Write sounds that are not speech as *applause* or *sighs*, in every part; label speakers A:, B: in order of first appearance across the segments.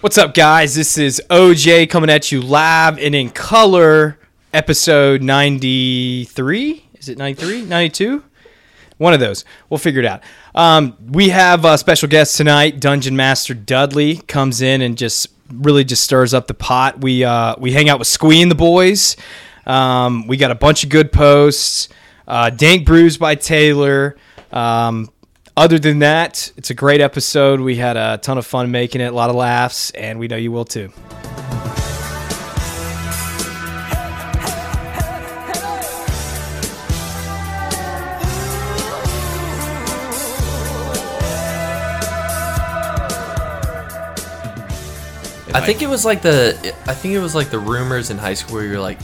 A: What's up, guys? This is OJ coming at you live and in color, episode 93. Is it 93? 92? One of those. We'll figure it out. Um, we have a special guest tonight. Dungeon Master Dudley comes in and just really just stirs up the pot. We uh, we hang out with Squee and the boys. Um, we got a bunch of good posts. Uh, Dank Brews by Taylor. Um, other than that, it's a great episode. We had a ton of fun making it, a lot of laughs, and we know you will too.
B: I think it was like the I think it was like the rumors in high school where you're like,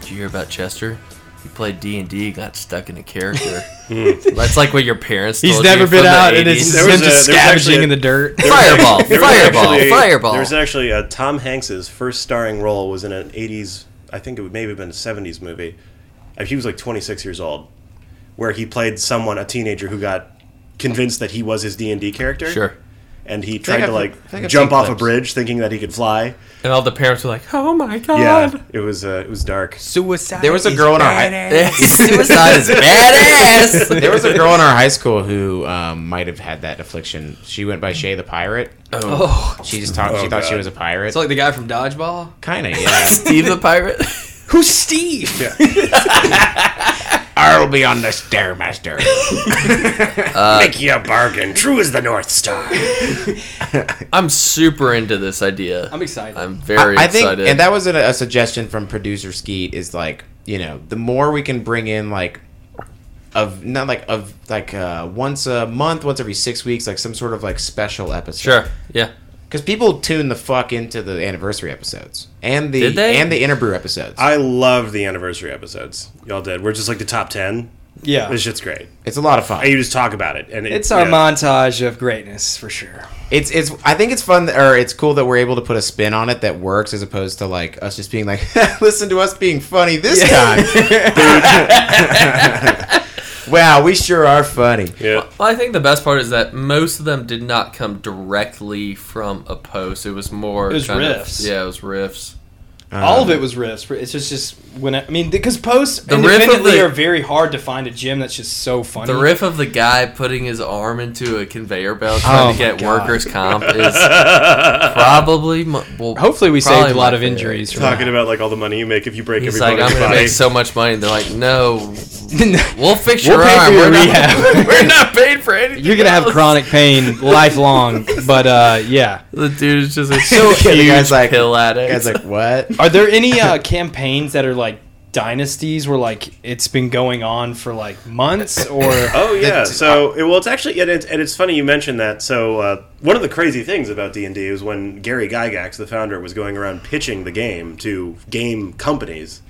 B: "Did you hear about Chester? He played D and D, got stuck in a *laughs* character." That's like what your parents.
A: He's
B: told
A: never
B: you
A: been
B: from the
A: out, and
B: 80s.
A: it's
C: There
A: him
C: was a-
A: just
C: there was actually
A: scavenging
C: a-
A: in the dirt.
B: fireball,
C: There was
B: fireball,
C: actually-
B: fireball.
C: There was actually uh, Tom Hanks's first starring role was in an '80s, I think it would maybe have been a '70s movie. Uh, He was like 26 years old, where he played someone, a teenager who got convinced that he was his D and D character.
B: sure.
C: And he tried to
D: I've-
C: like
D: I think I've
C: jump
D: seen
C: off a
D: clips.
C: bridge, thinking that he could fly.
B: And all the parents were like, "Oh my
C: Yeah,
B: god!"
C: it was uh, it was dark.
A: Suicide.
D: There was a girl in our high,
B: *laughs*
D: *laughs*
B: Suicide is badass.
D: there was a girl in our high school who um, might have had that affliction. She went by Shay the pirate.
B: Oh.
D: She just talked. she
C: Oh,
D: thought she
C: God.
D: was a pirate.
E: It's like the guy from Dodgeball.
A: *laughs*
D: kind of, yeah.
B: Steve the pirate.
A: Who's Steve? *laughs*
D: I'll be on the stairmaster.
C: Make you a bargain, true as the North Star.
B: *laughs* I'm super into this idea.
E: I'm excited.
B: I'm very
D: I think,
B: excited.
D: and that was a, a suggestion from producer Skeet. Is like, you know, the more we can bring in like. Of not like of like uh, once a month, once every six weeks, like some sort of like special episode.
B: sure. Yeah.
D: because people tune the fuck into the anniversary episodes and the
B: Did they?
D: and the interbrew episodes.
C: *laughs* I love the anniversary episodes. Y'all did. We're just like the top ten.
A: *laughs* Yeah.
C: This shit's great.
D: it's a lot of fun.
C: And you just talk about it, and it-
A: It's our
C: yeah.
A: montage of greatness for sure.
D: It's it's. I think it's fun that- or it's cool that we're able to put a spin on it that works as opposed to like us just being like, *laughs* listen to us being funny this
B: *laughs*
D: time. *laughs* wow, we sure are funny.
C: Yeah.
B: Well, I think the best part is that most of them did not come directly from a post. It was more.
A: It was
B: kind of-
A: riffs.
B: yeah, it was riffs.
A: All
D: Uh,
A: of it was riffs. It's just just when I, I mean because posts
B: Um, The riff of
A: independently
B: the-
A: are very hard to find a gym that's just so funny.
B: The riff of the guy putting his arm into a conveyor belt trying
A: Oh my
B: to get
A: God.
B: workers'
A: *laughs*
B: comp *laughs* is probably. mo- Well,
A: Hopefully we
B: probably
A: saved a
B: my
A: lot of
B: favorite.
A: injuries. from
C: talking about like all the money you make if you break
B: He's like,
C: everybody's
B: I'm gonna
C: body.
B: make so much money. They're
A: *laughs*
B: like, no,
A: that.
B: we'll fix
A: We'll
B: your
A: pay for
B: arm.
A: your
B: we're,
A: rehab." *laughs*
B: not, *laughs* we're not paid for anything.
A: You're gonna have
B: else."
A: chronic *laughs* pain lifelong. But uh, yeah,
B: The dude is
A: *laughs*
B: just like
D: So
B: so huge
D: the guy's like,
B: pill
D: the
B: addict.
D: guy's like, what?
A: Are there any uh, campaigns that are like dynasties where like it's been going on for like months
B: *laughs*
A: or
C: Oh yeah.
D: That's-
C: So it, well, it's actually and it's, and it's funny you mentioned that. So uh, one of the crazy things about D and D was when Gary Gygax, the founder, was going around pitching the game to game companies.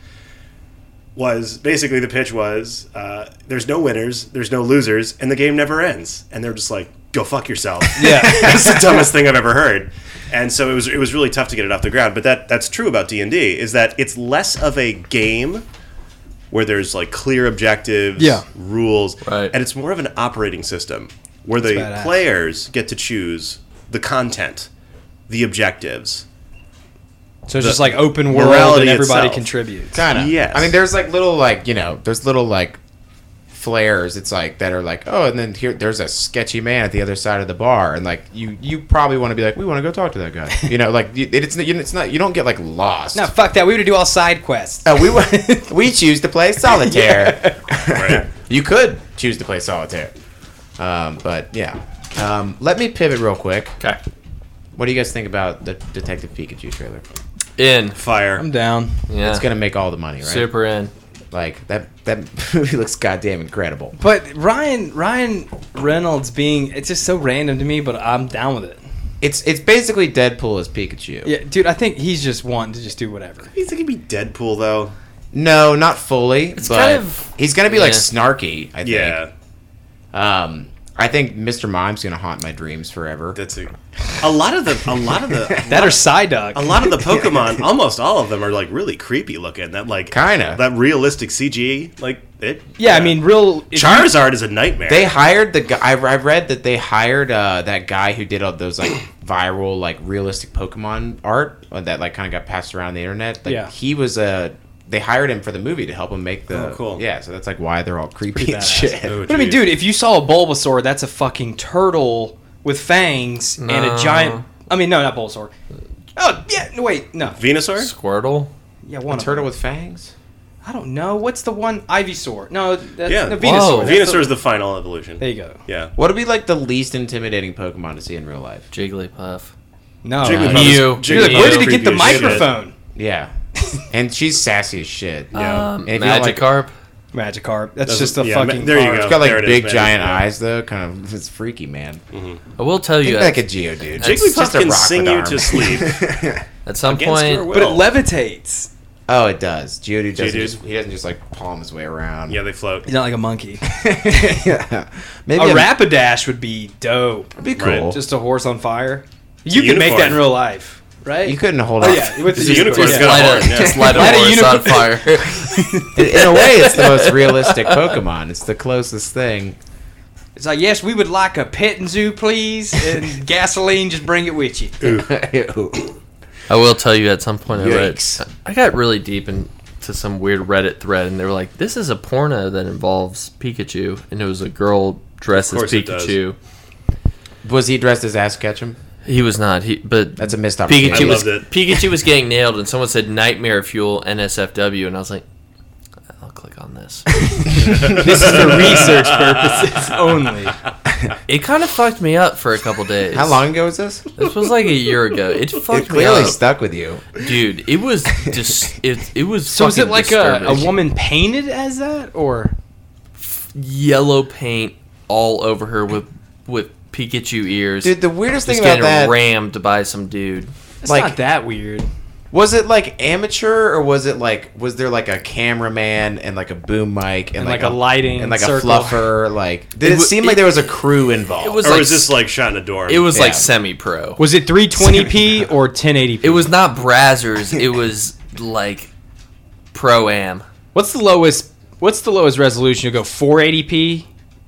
C: Was basically the pitch was uh, there's no winners, there's no losers, and the game never ends. And they're just like, go fuck yourself.
B: *laughs*
A: yeah?
C: That's the
A: *laughs*
C: dumbest thing I've ever heard. And so it was it was really tough to get it off the ground. But that that's true about D and D is that it's less of a game where there's like clear objectives,
A: Yeah.
C: rules,
B: Right.
C: and it's more of an operating system where the
A: badass.
C: players get to choose the content, the objectives.
A: So it's just like open world
C: morality
A: and everybody
C: itself.
A: contributes.
D: Kind of.
C: Yes.
D: I mean, there's like little like you know, there's little like flares. It's like that are like, oh, and then here there's a sketchy man at the other side of the bar, and like you you probably want to be like, we want to go talk to that guy. You know, like you- it's it's not you don't get like lost. *laughs*
A: No, fuck that. We would do all side quests.
B: Oh,
D: Uh, we wa- *laughs* we choose to play *laughs* solitaire.
A: *laughs*
C: Right.
D: you could choose to play solitaire, um, but yeah. Um, let me pivot real quick.
B: okay,
D: What do you guys think about the Detective Pikachu trailer?
B: in.
A: I'm
C: Fire.
A: down.
B: Yeah,
D: It's gonna make all the money, right?
B: super in.
D: Like that that *laughs* movie looks goddamn incredible.
A: But Ryan Ryan Reynolds being it's just so random to me, but I'm down with it.
D: It's it's basically Deadpool as Pikachu.
A: Yeah, dude, I think he's just wanting to just do whatever.
C: He's gonna be Deadpool though.
D: No, not fully. It's but
B: kind of-
D: he's gonna be like
B: yeah.
D: snarky. I think.
C: Yeah.
D: Um, I think Mr. Mime's gonna haunt my dreams forever.
C: That's a, a lot of the a lot of the
A: *laughs* That or Psyduck.
C: a lot of
D: *laughs*
C: the Pokemon, almost all of them are like really creepy looking. That like
D: Kinda.
C: that realistic CG, like it.
A: yeah, I mean, real. if you-
C: Charizard is a nightmare.
D: They hired the guy. I, I read that they hired uh, that guy who did all those like viral, like realistic Pokemon art uh, that like kind of got passed around the internet. Like,
A: Yeah.
D: he was a. they hired him for the movie to help him make the.
C: Oh, cool.
D: Yeah, so that's like why they're all creepy and
A: badass.
D: shit. *laughs*
C: Oh,
A: But I mean,
C: geez.
A: dude, if you saw a Bulbasaur, that's a fucking turtle with fangs and a
B: No.
A: giant. I mean, no, not Bulbasaur. Oh yeah, no, wait, no,
C: Venusaur.
B: Squirtle.
A: yeah, one
D: A
A: of them.
D: turtle with fangs.
A: I don't know. What's the one? Ivysaur. No, that's,
C: Yeah,
A: no, Venusaur.
B: Whoa.
A: That's
C: Venusaur
A: the- Um,
C: is the final evolution.
A: There you go.
C: Yeah.
D: What would be like the least intimidating Pokemon to see in real life?
B: Jigglypuff.
A: No,
C: Jigglypuff
A: no.
C: is-
B: Mew.
A: Dude,
C: Jigglypuff
A: where
C: is
A: did he get the
C: creepy as shit.
A: microphone?
D: Yeah, and she's sassy as shit.
C: Yeah.
B: Um,
D: If you don't like-
B: Magikarp.
A: Magikarp. That's
C: That's-
A: just a
C: yeah, ma-
A: fucking.
C: there you
A: card.
C: go.
D: It's got like
C: There it is,
D: big
C: man.
D: giant
C: Yeah.
D: eyes though, kind of. It's freaky, man.
B: I will tell you
D: Think
B: at,
D: like a
B: It's
D: Geodude.
C: Jigglypuff
D: just a
C: can
D: rock
C: sing
D: with
C: you
D: arms.
C: to sleep.
D: *laughs*
B: at some
C: Against
B: point.
C: your will.
A: But it levitates.
D: Oh, it does. Geodude doesn't.
C: Geodude.
D: Just, he doesn't just like palm his way around.
C: yeah, they float.
A: He's not like a
C: *laughs*
A: monkey.
D: *laughs* yeah. Maybe
A: a
D: I'm-
A: Rapidash would be dope.
D: It'd be cool.
C: Right.
A: Just a horse on fire. You
C: a
A: could make
C: unicorn.
A: that in real life, right?
D: you couldn't hold
A: Oh
D: it.
A: yeah, with
C: It's
A: the
C: a unicorn.
B: Just
C: It's
A: yeah.
C: got a
B: light a,
C: horn, yeah.
B: just light a
A: Light a
B: horse on
A: unicorn-
B: fire.
A: *laughs*
D: *laughs* In, in a way, it's the most realistic Pokemon. It's the closest thing. *laughs*
A: It's like, yes, we would like a pet and zoo, please, *laughs* and gasoline. Just bring it with you.
B: I will tell you at some point I read.
D: Yikes.
B: I got really deep into some weird Reddit thread, and they were like, "This is a porno that involves Pikachu," and it was a girl dressed
C: Of
B: as
C: course it does.
B: Pikachu.
D: Was he dressed as Ass Ketchum?
B: He was not. He but
D: That's a missed
B: Pikachu
C: I
D: opportunity.
B: was
C: loved it.
B: Pikachu was
C: *laughs*
B: getting nailed, and someone said "Nightmare Fuel NSFW," and I was like, "I'll click on this."
A: This is for research purposes *laughs* only.
B: it kind of fucked me up for a
C: *laughs*
B: couple days.
D: How long ago was this?
B: This was like a year ago. It fucked
D: It
B: me
D: clearly
B: up,
D: stuck with you.
B: dude. It was just it. It was
A: So is it
B: fucking
A: like a, a
B: disturbing.
A: woman painted as that, or
B: yellow paint all over her with with Pikachu ears.
D: Dude, the weirdest
B: just
D: thing about
B: getting
D: that
B: rammed by some dude.
A: it's
D: Like-
A: not that weird?
D: was it like amateur or was it like was there like a cameraman and like a boom mic and,
A: And like a lighting
D: and like a
A: circle.
D: fluffer? Like did it,
B: It wa-
D: seem like
B: it-
D: there was a crew involved?
B: It was
C: Or
B: like
C: was this like shot in a dorm?
B: it was
D: Yeah.
B: like semi pro.
A: Was it 320p or 1080p?
B: It was not Brazzers.
D: *laughs*
B: It was like pro am.
A: What's the lowest? What's the lowest resolution? You go 480p.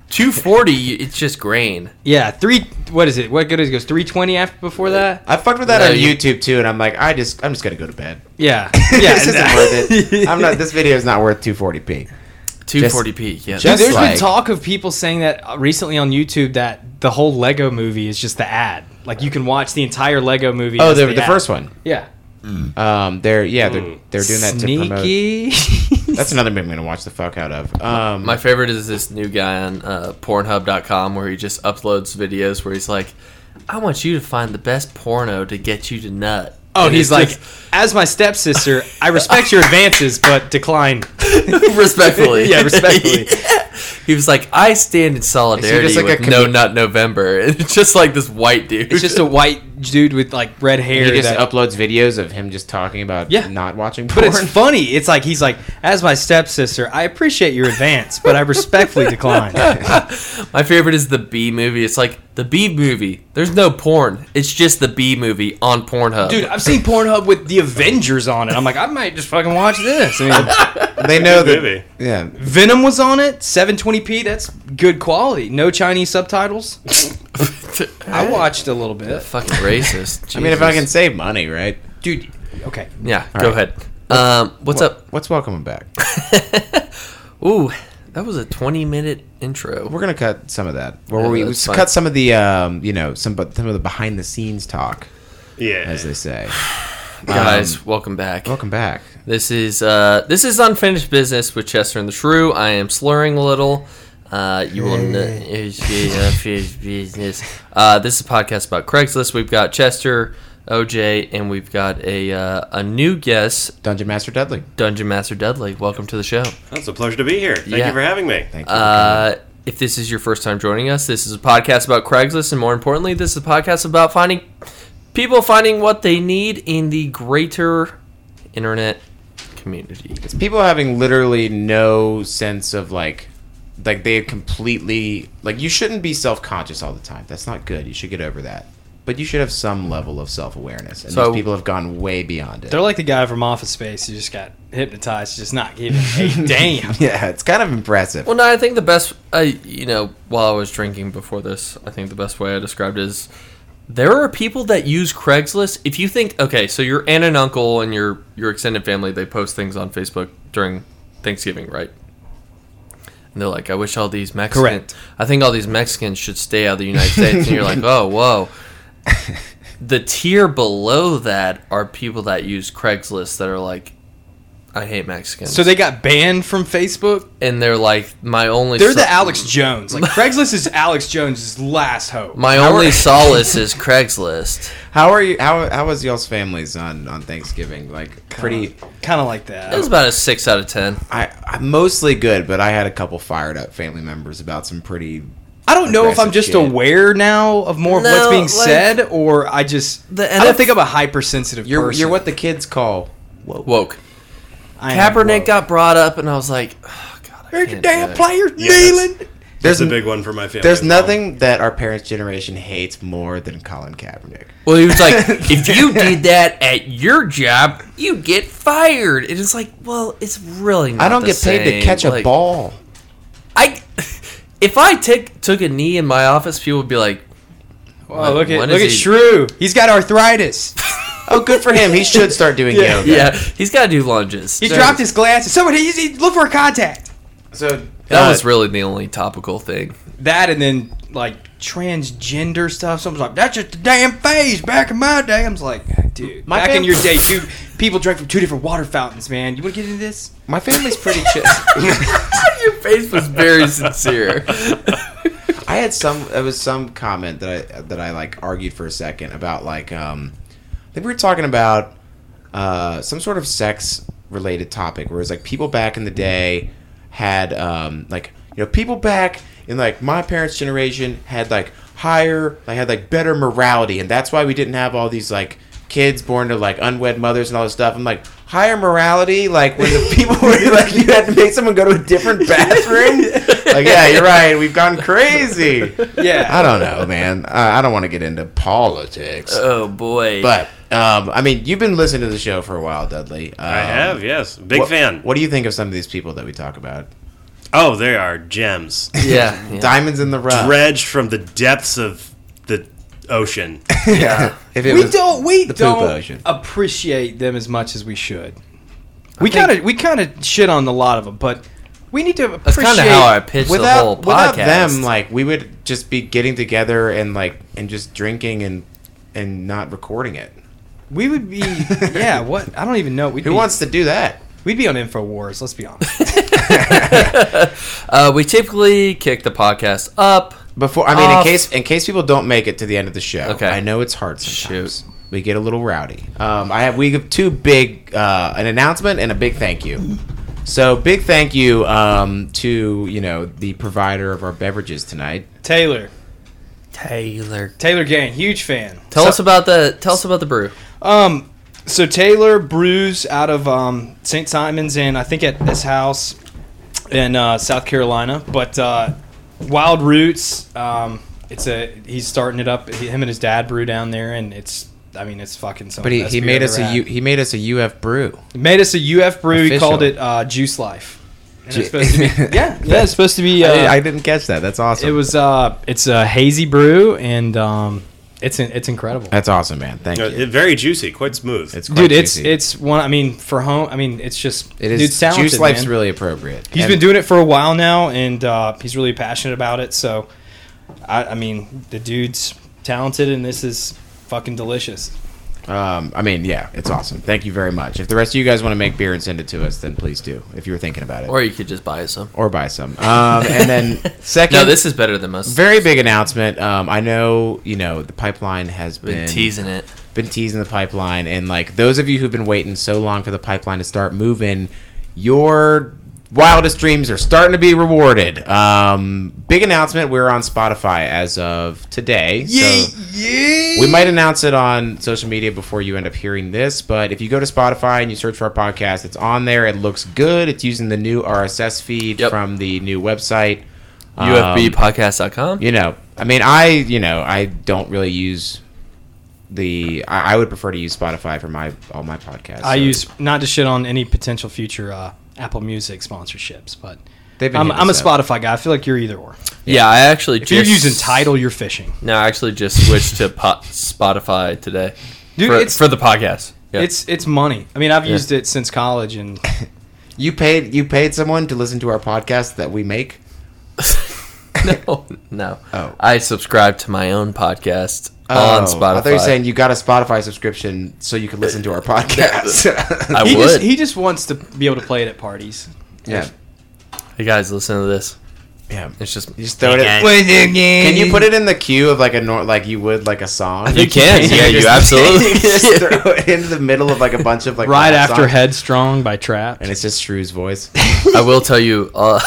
B: 240. It's just grain.
A: Yeah, three. What is it? What good is it? Goes 320 after before that.
D: I fucked with that
B: No,
D: on
B: you-
D: YouTube too, and I'm like, I just I'm just gonna go to *laughs* bed.
A: *laughs* Yeah, yeah.
D: this isn't worth *laughs* it. I'm not. This video is not worth 240p.
B: 240p. Yeah.
A: Dude,
D: Just
A: there's
D: like-
A: been talk of people saying that uh, recently on YouTube that the whole Lego movie is just the ad. Like you can watch the entire Lego movie.
D: Oh,
A: as
D: the, the
A: ad.
D: first one.
A: Yeah.
D: Um, they're yeah, they're they're doing that to promote.
A: Sneaky. *laughs*
D: That's another movie I'm gonna watch the fuck out of. Um,
B: My favorite is this new guy on uh, Pornhub.com where he just uploads videos where he's like, "I want you to find the best porno to get you to nut."
A: oh,
B: And
A: he's
B: it's
A: like,
B: just-
A: as my stepsister, I respect your advances, but decline.
B: *laughs* respectfully.
A: Yeah, respectfully.
B: *laughs* He was like, I stand in solidarity
D: like,
B: with
D: a
B: No
D: commu-
B: Nut November. *laughs* And it's just like this white dude.
A: It's just a white dude with like red hair.
D: he just
A: that-
D: uploads videos of him just talking about
A: Yeah.
D: not watching
A: but
D: porn.
A: it's funny. It's like he's like, as my stepsister, I appreciate your advance, but I *laughs* respectfully decline.
B: My favorite is the B movie. It's like the B movie. There's no porn. It's just the B movie on Pornhub.
A: Dude, I've seen Pornhub with the Avengers on it. I'm like, I might just fucking watch this. I mean,
D: they know that.
C: movie.
D: Yeah,
A: Venom was on it, 720p. That's good quality. No Chinese subtitles. I watched a little bit,
B: *laughs* fucking racist.
D: I mean, if I can
B: Jesus.
D: save money, right?
A: dude. Okay,
B: Yeah, go
D: right.
B: ahead. Um, what's up?
D: What's welcoming back?
B: Ooh, that was a 20 minute intro.
D: We're gonna cut some of that.
B: *laughs*
D: Or we we
B: that's fine.
D: cut some of the um, you know, some but some of the behind the scenes talk,
C: yeah.
D: as
B: *sighs*
D: they say.
B: Guys, welcome back.
D: Welcome back.
B: This is uh, this is unfinished business with Chester and the Shrew. I am slurring a little. Uh, you will know unfinished business. Uh, this is a podcast about Craigslist. We've got Chester, OJ, and we've got a uh, a new guest,
D: Dungeon Master Dudley.
B: Dungeon Master Dudley. Welcome to the show.
C: That's a pleasure to be here. Thank
B: Yeah.
C: you for having me.
D: Thank you.
B: Uh, if this is your first time joining us, this is a podcast about Craigslist, and more importantly, this is a podcast about finding people finding what they need in the greater internet community.
D: It's people having literally no sense of like like they had completely like you shouldn't be self-conscious all the time that's not good you should get over that but you should have some level of self-awareness and
B: So-
D: these people have gone way beyond it
A: They're like the guy from Office Space who just got hypnotized, just not giving
B: *laughs*
A: a damn.
D: *laughs* yeah it's kind of impressive
B: Well, no, I think the best, I you know, while I was drinking before this, I think the best way I described is there are people that use Craigslist. If you think, okay, so your aunt and uncle and your your extended family, they post things on Facebook during Thanksgiving, right? And they're like, I wish all these Mexicans,
A: Correct.
B: I think all these Mexicans should stay out of the United States. and you're like,
A: *laughs*
B: oh, whoa. The tier below that are people that use Craigslist that are like, I hate Mexicans.
A: So they got banned from Facebook.
B: and they're like, my only
A: They're
B: so-
A: the Alex Jones.
B: *laughs*
A: Like Craigslist is Alex Jones' last hope.
B: My only
A: *laughs*
B: solace is Craigslist.
D: how are you how, how was y'all's families on on thanksgiving like pretty
A: kind of like
B: It
A: that.
B: was about a six out of ten.
D: I, I mostly good but i had a couple fired up family members about some pretty
A: I don't know if I'm
D: aggressive
A: just
D: shit.
A: aware now of more of what's
B: No,
A: being
B: like-
A: said, or I just
B: The
A: I don't
B: NF
A: think I'm a hypersensitive
D: you're
A: person.
D: you're what the kids call whoa
B: Woke.
A: I am
B: Kaepernick
A: woke.
B: got brought up, and I was like, oh, God, I
A: There's
B: can't
A: your
B: do
A: damn
B: it.
A: player
C: Yeah, that's-
A: kneeling.
D: there's
C: That's a
D: n-
C: big one for my family.
D: there's
C: as well.
D: nothing that our parents generation hates more than colin kaepernick
B: Well, he was like,
A: *laughs*
B: if you did that at your job, you get fired. And it's like, well, it's really not
D: i don't
B: the
D: get paid
B: same.
D: to catch a
B: Like,
D: ball
B: I, *laughs* if I took took a knee in my office, people would be like,
A: Oh, look at
B: What
A: look
B: is
A: at
B: he-
A: Shrew. He's got arthritis.
D: oh good for him he should start doing yoga
B: yeah, he's got to do lunges.
A: He dropped his glasses. Someone he, he look for a contact.
D: so
B: That
D: uh,
B: was really the only topical thing. *laughs*
A: That and then like transgender stuff. Someone's like, "That's just a damn phase." Back in my day, I'm just like, dude.
D: My
A: back in
D: fam-
A: your day, two people drank from two different water fountains. Man, you want to get into
D: *laughs*
A: this?
D: my family's pretty chill *laughs*
B: Your face was very sincere.
A: *laughs*
D: I had some. It was some comment that I that I like argued for a second about like um, I think we were talking about uh, some sort of sex related topic where it's like people back in the day had um, like you know people back in like my parents' generation had like higher like had like better morality and that's why we didn't have all these like kids born to like unwed mothers and all this stuff. I'm like higher morality like when the people were like you had to make someone go to a different bathroom. like yeah, you're right. We've gone crazy. I
A: Yeah,
D: don't know, man. I, I don't want to get into politics,
B: Oh boy.
D: but um, I mean, you've been listening to the show for a while, Dudley. Um,
C: I have, yes. Big
D: what-
C: fan.
D: What do you think of some of these people that we talk about?
C: Oh, they are
D: *laughs*
C: gems.
B: yeah, yeah.
D: Diamonds in the rough.
C: Dredged from the depths of the ocean.
D: yeah. *laughs* if it
A: we
D: was,
A: don't we
D: the poop
A: don't
D: ocean.
A: appreciate them as much as we should. We kind of we kind of shit on a lot of them, but we need to
B: That's
A: appreciate.
B: kind of how I pitched the whole
D: without
B: podcast.
D: without them, like we would just be getting together and like and just drinking and and not recording it.
A: we would
D: *laughs*
A: be. Yeah, what I don't even know. We'd
D: Who
A: be,
D: wants to do that?
A: We'd be on Infowars. Let's be
D: *laughs*
A: honest.
B: uh, we typically kick the podcast up.
D: Before I mean,
B: Off.
D: in case in case people don't make it to the end of the show,
B: Okay.
D: I know it's hard sometimes. We get a little rowdy. Um, I have we have two big uh, an announcement and a big thank you. So big thank you um, to you know the provider of our beverages tonight.
A: Taylor,
B: Taylor,
A: Taylor Gang, huge fan.
B: tell us about the tell us about the brew.
A: Um, so Taylor brews out of um, St. Simon's, and I think at his house in uh, South Carolina. But uh, Wild Roots, um, it's a he's starting it up. He- Him and his dad brew down there, and it's I mean it's fucking something.
D: But he, he made us a U,
A: U-
D: he made us a UF brew.
A: made us a UF brew. He
D: Official.
A: called it uh, Juice Life. And it's
D: Ju-
A: supposed to be,
D: *laughs*
A: yeah, yeah, it's supposed to be. Uh,
D: I, I didn't catch that. That's awesome.
A: it was uh, it's a hazy brew, and um, it's in, it's incredible.
D: That's awesome, man. Thank
C: Uh,
D: you.
C: it- very juicy, quite smooth.
D: it's quite
A: dude it's
D: juicy.
A: it's one i mean for home i mean it's just
D: it is
A: dude's talented,
D: juice life's
A: man.
D: really appropriate.
A: He's
D: And
A: been doing it for a while now and uh, he's really passionate about it so I, I mean the dude's talented and this is fucking delicious
D: Um, I mean, yeah, it's awesome. Thank you very much. If the rest of you guys want to make beer and send it to us, then please do. If you were thinking about it,
B: Or you could just buy us some.
D: or buy some. Um, and then second,
B: *laughs* No, this is better than most.
D: very big announcement. Um, I know you know the pipeline has
B: Been
D: been
B: teasing it.
D: been teasing the pipeline, and like those of you who've been waiting so long for the pipeline to start moving, your wildest dreams are starting to be rewarded. Um, big announcement. We're on Spotify as of today. So we might announce it on social media before you end up hearing this, but if you go to Spotify and you search for our podcast, it's on there. It looks good. It's using the new RSS feed
B: Yep.
D: from the new website. Um,
B: UFBpodcast.com.
D: you know, I mean, I, you know, I don't really use the. I, I would prefer to use Spotify for my all my podcasts.
A: I
D: so
A: use not to shit on any potential future uh, Apple Music sponsorships, but
D: They've been
A: I'm,
D: hitting
A: I'm a
D: us up.
A: Spotify guy. I feel like you're either or.
B: Yeah, I actually
A: If
B: just
A: you're using Tidal, you're fishing.
B: No, I actually just switched to po- Spotify today.
A: Dude,
B: for,
A: it's-
B: for the podcast. Yeah.
A: It's it's money. I mean, I've used it since college, and
D: You paid you paid someone to listen to our podcast that we make.
B: *laughs* no, no.
D: Oh.
B: I subscribe to my own podcast on
D: Oh,
B: Spotify.
D: I thought you were saying you got a Spotify subscription so you could
B: *laughs*
D: listen to our podcast.
B: I
A: he
D: *laughs*
B: would.
A: just he just wants to be able to play it at parties.
D: yeah,
B: hey guys, listen to this.
D: yeah.
B: It's just
D: You just throw it. in- Can you put it in the queue of like a nor- like you would like a song?
B: you can. Yeah, you
A: *laughs*
D: Just-
B: absolutely.
D: *laughs* just throw it into the middle of like a bunch of like
A: Right
D: rap
A: after
D: songs,
A: Headstrong by Trap.
D: and it's just Shrew's voice.
B: I will tell you, uh,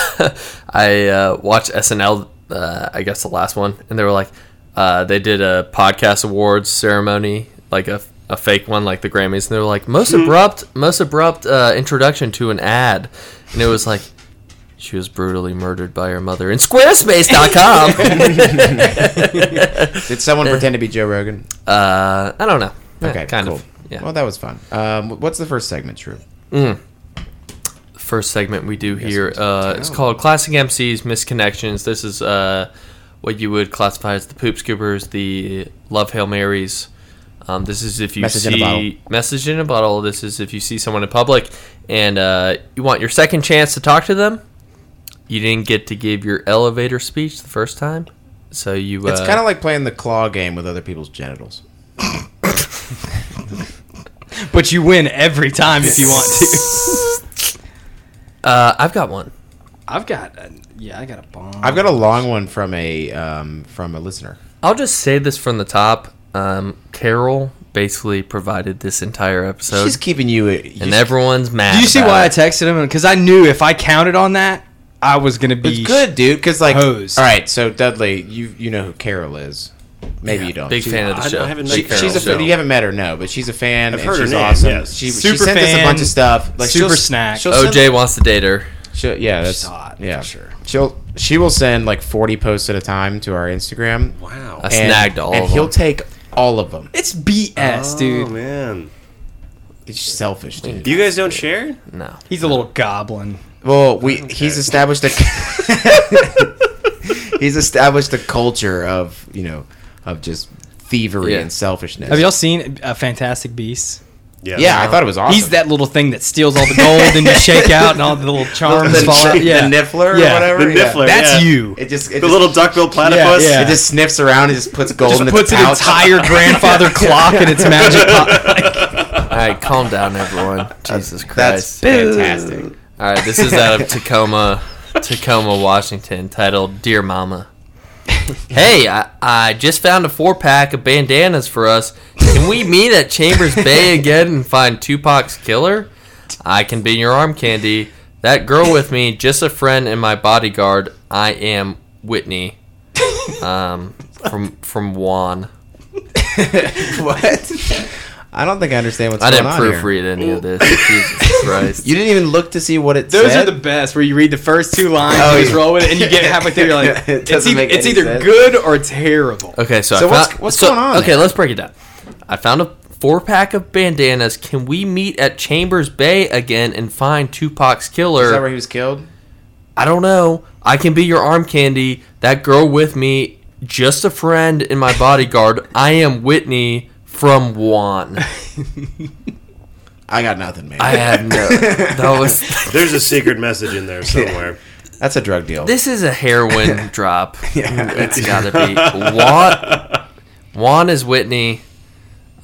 B: *laughs* I uh, watched SNL. Uh, I guess the last one, and they were like, uh, they did a podcast awards ceremony, like a, a fake one, like the Grammys, and they were like, most
D: Hmm.
B: abrupt, most abrupt uh, introduction to an ad, and it was like. She was brutally murdered by her mother in
D: *laughs*
B: Squarespace.com.
D: Did someone pretend to be Joe Rogan?
B: uh, I don't know. Yeah,
D: Okay,
B: kind
D: cool.
B: of. Yeah.
D: Well, that was fun. Um, what's the first segment, True?
B: first segment we do here. Uh, it's called Classic MCs Misconnections. This is uh, what you would classify as the poop scoopers, the love Hail Marys. Um, this is if you
D: Message in a
B: see
D: bottle.
B: message in a bottle. This is if you see someone in public and uh, you want your second chance to talk to them. You didn't get to give your elevator speech the first time, so you.
D: It's
B: uh,
D: kind of like playing the claw game with other people's genitals.
A: But you win every time if you want to.
D: *laughs*
B: Uh, I've got one.
A: I've got a, yeah, I got a bomb.
D: I've
B: Oh,
D: got a long one from a um, from a listener.
B: I'll just say this from the top. Um, Carol basically provided this entire episode.
D: She's keeping you. you
B: and everyone's mad.
A: Do you see
B: about
A: why I
B: it.
A: texted him? Because I knew if I counted on that, I was gonna be
D: it's good, dude. Because like,
A: Hosed.
D: all right. So Dudley, you you know who Carol is? Maybe you don't.
B: Big
D: She-
B: fan of
C: I-
B: the
C: I
B: show.
C: haven't
D: She,
C: met Carol,
D: she's a
C: so-
D: fan. You haven't met her, no, but she's a fan. and
C: heard her
D: she's
C: name,
D: awesome.
C: yes.
D: She, she
A: Super
D: sent us a bunch
A: fan,
D: of stuff. Like
A: super
D: she'll-
A: snack.
D: she'll send-
B: OJ Oh, wants to date her.
D: She'll, yeah, that's
A: She's hot,
D: Yeah,
A: for sure.
D: She'll she will send like forty posts at a time to our Instagram.
C: Wow.
B: I snagged all
D: and
B: of
D: he'll
B: them.
D: take all of them.
A: It's BS,
C: Oh,
A: dude.
C: man.
D: It's selfish, dude.
C: You guys don't share?
B: No.
A: He's a little goblin.
D: Well, we he's established a *laughs* he's established a culture of you know of just thievery
B: Yeah.
D: and selfishness.
A: Have y'all seen uh, Fantastic Beasts?
D: yeah, I thought it was awesome.
A: He's that little thing that steals all the gold
D: *laughs*
A: and you shake out and all the little charms
D: the,
A: fall out. Yeah.
D: the niffler
A: Yeah.
D: or whatever.
C: The
D: Yeah.
C: niffler.
A: That's
C: yeah.
A: you.
D: It just it
C: The
D: just,
C: little duckbill platypus?
A: yeah.
D: it just sniffs around and just puts gold in
A: Just
D: the
A: puts an
D: pouch. *laughs*
A: entire grandfather clock in its magic pocket.
B: All right, calm down, everyone. Jesus
D: That's
B: Christ.
D: fantastic.
B: All right, this is out of Tacoma, Tacoma, Washington, titled "Dear Mama." hey, I, I just found a four pack of bandanas for us. Can we meet at Chambers Bay again and find Tupac's killer? I can be your arm candy. That girl with me, just a friend and my bodyguard. I am Whitney. Um, from from Juan.
D: what? *laughs* I don't think I understand what's
B: I
D: going
B: didn't
D: on here.
B: proofread any of this. Jesus Christ.
D: You didn't even look to see what it
A: Those
D: said.
A: are the best, where you read the first two lines,
D: Oh,
A: you just
D: yeah.
A: roll with it, and you
D: *laughs*
A: get halfway through, you're like,
D: It
A: it's,
D: doesn't
A: e-
D: make
A: it's
D: any
A: either
D: sense.
A: good or it's terrible.
B: Okay, so,
D: So
B: I
D: what's-
B: found,
D: what's
B: so-
D: going on
B: Okay,
D: there?
B: let's break it down. I found a four pack of bandanas. Can we meet at Chambers Bay again and find Tupac's
D: Is
B: killer?
D: that where he was killed?
B: I don't know. I can be your arm candy. That girl with me, just a friend and my bodyguard. I am Whitney from Juan.
D: I got nothing, man.
B: I have no.
D: *laughs*
B: That was.
C: There's a secret message in there somewhere.
D: That's a drug deal.
B: This is a
D: *laughs*
B: heroin drop. It's gotta be Juan. Juan is Whitney.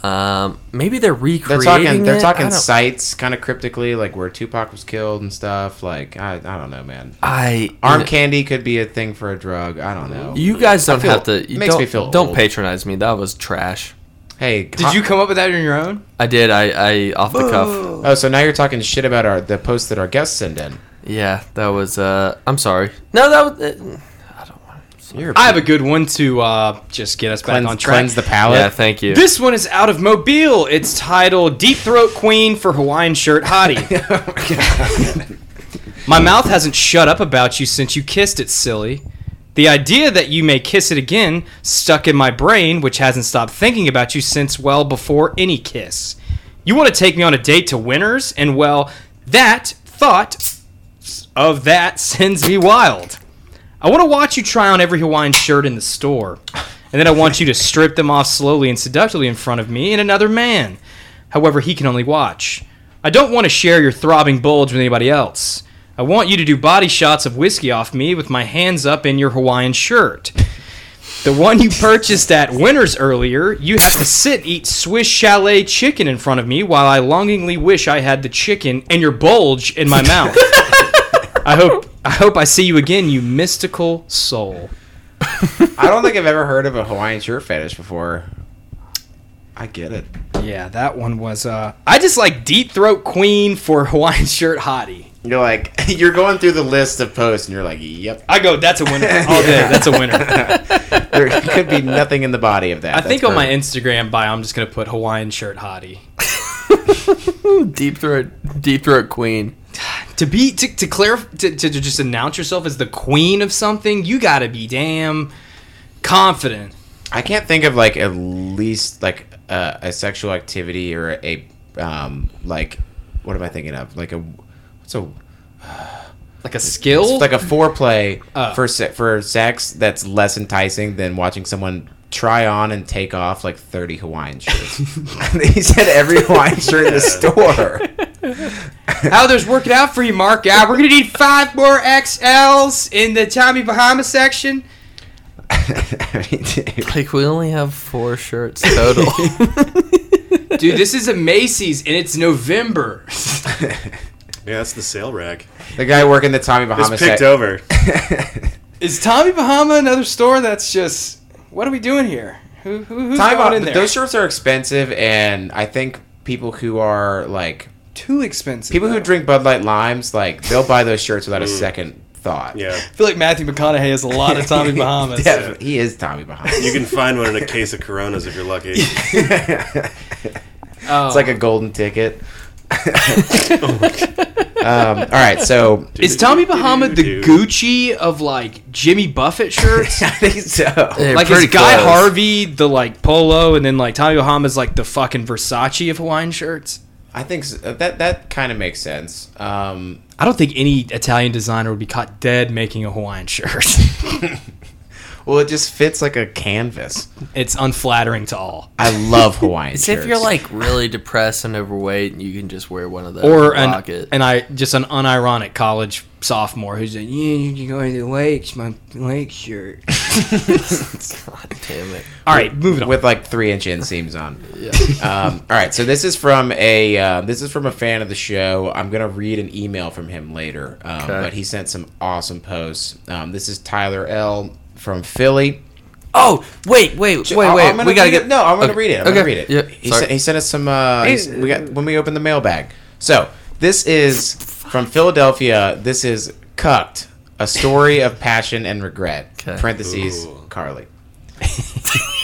B: Um, maybe they're
D: they're
B: recreating.
D: talking. They're
B: it? I
D: talking
B: don't-
D: sites, kind of cryptically, like where Tupac was killed and stuff. Like I, I don't know, man.
B: I
D: Arm candy could be a thing for a drug. I don't know.
B: You guys don't
D: feel-
B: have to. You
D: makes
B: don't,
D: me feel
B: Don't
D: old.
B: patronize me. That was trash.
D: hey,
A: Did you come up with that on your own?
B: I did. I, I off the cuff.
D: Oh, so now you're talking shit about our the posts that our guests send in.
B: Yeah, that was. Uh, I'm sorry. No, that was. Uh, I don't want. To
D: You're a
A: I have a good one to uh, just get us back
D: cleanse,
A: on track.
D: cleanse the palate.
B: yeah, thank you.
A: This one is out of Mobile. It's titled Deep Throat Queen for Hawaiian Shirt Hottie. my mouth hasn't shut up about you since you kissed it, silly. The idea that you may kiss it again stuck in my brain, which hasn't stopped thinking about you since well before any kiss. You want to take me on a date to winners, and well, that thought of that sends me wild. I want to watch you try on every Hawaiian shirt in the store. And then I want you to strip them off slowly and seductively in front of me and another man. However, he can only watch. I don't want to share your throbbing bulge with anybody else. I want you to do body shots of whiskey off me with my hands up in your Hawaiian shirt. The one you purchased at Winners earlier, you have to sit and eat Swiss chalet chicken in front of me while I longingly wish I had the chicken and your bulge in my mouth. I hope I hope I see you again, you mystical soul.
D: I don't think I've ever heard of a Hawaiian shirt fetish before. I get it.
A: Yeah, that one was uh I just like deep throat queen for *laughs* Hawaiian shirt hottie.
D: You're like *laughs* you're going through the list of posts, and you're like,
A: *laughs*
D: "Yep,
A: I go, that's a winner all
D: *laughs*
A: day. That's a winner.
D: there could be nothing in the body of that."
A: I
D: That's
A: think on my
D: perfect.
A: Instagram bio I'm just gonna put Hawaiian shirt hottie.
B: deep throat, deep throat queen.
A: *laughs* To be to to clarify to, to just announce yourself as the queen of something, you gotta be damn confident.
D: I can't think of like at least like uh, a sexual activity or a um like what am I thinking of? Like a what's a
A: Like a skill?
D: it's like a foreplay
A: Oh.
D: for se- for sex that's less enticing than watching someone try on and take off like 30
A: *laughs*
D: Hawaiian shirts. *laughs* he said every Hawaiian shirt in
A: *laughs*
D: the store. *laughs*
A: How those working out for you, Mark? Yeah, we're gonna need five more XLs in the Tommy Bahama section.
D: I mean, dude.
B: Like we only have four shirts
D: *laughs*
B: total.
A: Dude, this is a Macy's and it's November.
C: *laughs*
A: *laughs*
C: Yeah, that's the sale rack.
D: The guy working the Tommy
C: It's
D: Bahama
C: picked
D: *laughs*
C: *laughs*
D: set-
C: over.
A: Is Tommy Bahama another store that's just what are we doing here? Who, who, who's
D: Tommy
A: going
D: Bahama,
A: in there?
D: those shirts are expensive, and I think people who are like
A: too expensive.
D: people who
A: though.
D: drink Bud Light limes, like they'll buy those shirts without a second thought.
C: Mm. Yeah.
A: I feel like Matthew McConaughey has a lot of
D: *laughs*
A: Tommy Bahamas.
D: Def- he is Tommy Bahama.
C: You can find one in a case of Coronas if you're lucky.
A: Oh.
D: *laughs* It's like a
C: *laughs*
D: golden ticket.
C: Oh
D: um, all right, so
A: is Tommy Bahama the Gucci of like Jimmy Buffett
D: *laughs*
A: shirts?
D: *laughs* I think so.
B: They're
A: like is
B: pretty
A: Guy
B: close.
A: Harvey the like polo, and then like Tommy Bahama's like the fucking Versace of Hawaiian shirts?
D: I think s uh, that that kind of makes sense. Um,
A: I don't think any Italian designer would be caught dead making a Hawaiian shirt. *laughs*
D: well, it just fits like a canvas.
A: it's unflattering to all.
D: I love
B: *laughs*
D: Hawaiian
B: It's
D: shirts.
B: if you're like really depressed and overweight, and you can just wear one of those
A: or
B: in your
A: an,
B: pocket.
A: and I just an unironic college sophomore who's like, yeah, you're going to the lakes, my lake shirt.
B: God damn it!
A: All right, moving on.
D: with like three inch inseams on.
B: Yeah.
D: Um, all right, so this is from a uh, this is from a fan of the show. I'm gonna read an email from him later, um, but he sent some awesome posts. Um, this is Tyler L from Philly.
B: Oh wait, wait, wait,
D: I-
B: wait.
D: I'm gonna
B: we gotta
D: read
B: get
D: it. No, I'm gonna
B: Okay.
D: read it. I'm
B: Okay.
D: gonna read it.
B: Yeah,
D: he,
B: sorry.
D: sent, he sent us some. Uh, he s- we got when we opened the mailbag. So this is from Philadelphia. This is cucked, a story of passion and regret.
B: Okay.
D: Parentheses, Carly.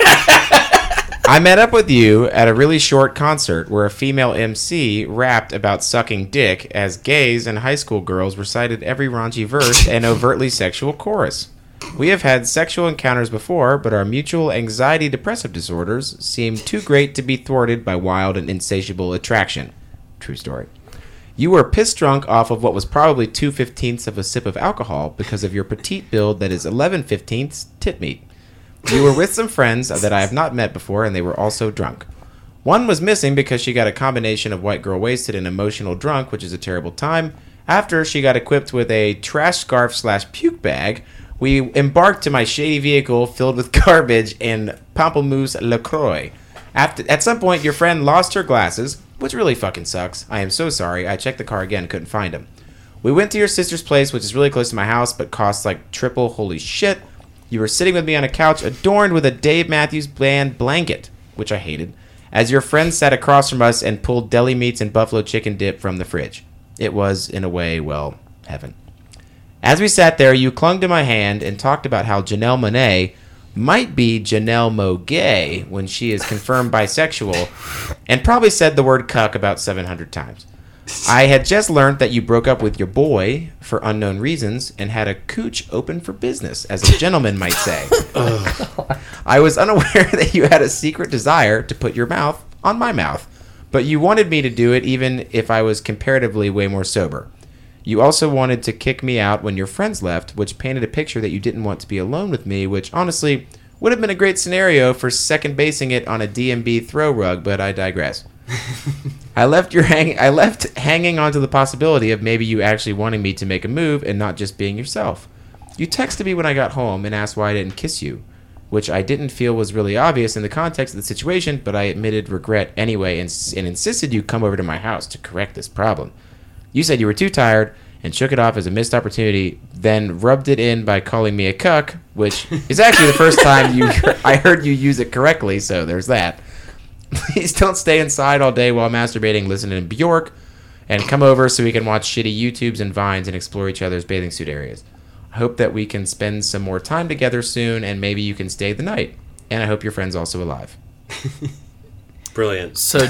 D: I met up with you at a really short concert where a female MC rapped about sucking dick as gays and high school girls recited every raunchy verse and overtly sexual chorus. We have had sexual encounters before, but our mutual anxiety depressive disorders seem too great to be thwarted by wild and insatiable attraction. True story. You were piss drunk off of what was probably two fifteenths of a sip of alcohol because of your petite build that is eleven fifteenths tit meat. You were with some friends that I have not met before, and they were also drunk. One was missing because she got a combination of white girl wasted and emotional drunk, which is a terrible time. After she got equipped with a trash scarf slash puke bag, we embarked to my shady vehicle filled with *laughs* garbage and pamplemousse LaCroix. After, at some point, your friend lost her glasses, which really fucking sucks. I am so sorry. I checked the car again, couldn't find them. We went to your sister's place, which is really close to my house, but costs like triple. Holy shit. You were sitting with me on a couch adorned with a Dave Matthews Band blanket, which I hated, as your friend sat across from us and pulled deli meats and buffalo chicken dip from the fridge. It was, in a way, well, Heaven. As we sat there, you clung to my hand and talked about how Janelle Monet might be Janelle Moguey when she is confirmed bisexual, and probably said the word cuck about 700 times. I had just learned that you broke up with your boy for unknown reasons and had a cooch open for business, as a gentleman might say. I was unaware *laughs* that you had a secret desire to put your mouth on my mouth, but you wanted me to do it even if I was comparatively way more sober. You also wanted to kick me out when your friends left, which painted a picture that you didn't want to be alone with me, which honestly would have been a great scenario for second basing it on a DMB throw rug, but I digress. I left your hang I left hanging on to the possibility of maybe you actually wanting me to make a move and not just being yourself. You texted me when I got home and asked why I didn't kiss you, which I didn't feel was really obvious in the context of the situation, but I admitted regret anyway and, s- and insisted you come over to my house to correct this problem. You said you were too tired and shook it off as a missed opportunity, then rubbed it in by calling me a cuck, which is actually the first time you *laughs* I heard you use it correctly, so there's that. Please don't stay inside all day while masturbating, listening to Bjork, and come over so we can watch shitty YouTubes and vines and explore each other's bathing suit areas. I hope that we can spend some more time together soon, and maybe you can stay the night. And I hope your friend's also alive. *laughs*
C: Brilliant.
B: So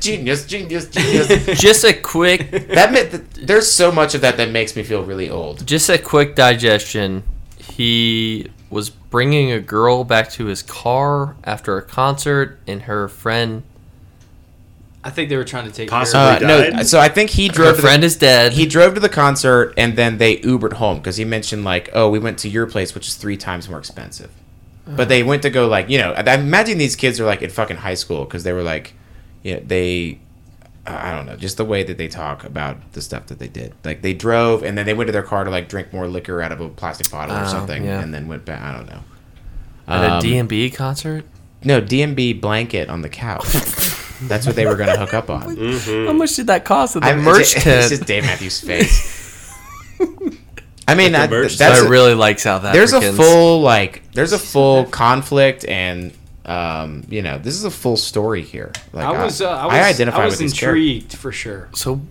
D: genius, genius, *laughs*
B: *laughs*
D: genius.
B: just a quick,
D: that meant that there's so much of that that makes me feel really old.
B: just a quick digestion. He was bringing a girl back to his car after a concert, and her friend,
E: I think they were trying to take
C: Possibly.
E: care
D: Uh,
E: of
C: Somebody
D: no,
C: died?
D: so I think he
B: her
D: drove. To the,
B: friend is dead.
D: he drove to the concert, and then they Ubered home because he mentioned like, "Oh, we went to your place, which is three times more expensive." But they went to go like, you know, I I imagine these kids are like in fucking high school because they were like, you know, they, I I don't know, just the way that they talk about the stuff that they did. Like they drove, and then they went to their car to like drink more liquor out of a plastic bottle or
B: Oh,
D: something,
B: yeah.
D: and then went back. I don't know.
B: at
D: Um,
B: a DMB concert.
D: No, DMB blanket on
B: *laughs*
D: the couch. That's what they were gonna hook up on.
B: How much did that cost at the
D: I'm-
B: merch
D: it's-
B: tent?
D: It's just Dave Matthews' face. *laughs* I mean, I,
C: merch
D: that's
B: I
D: a-
B: really like South
D: there's
B: Africans.
D: a full like there's a full conflict and um you know this is a full story here. Like
E: I was, uh, I was,
D: identify
E: I was
D: with these characters.
E: intrigued for sure.
B: So,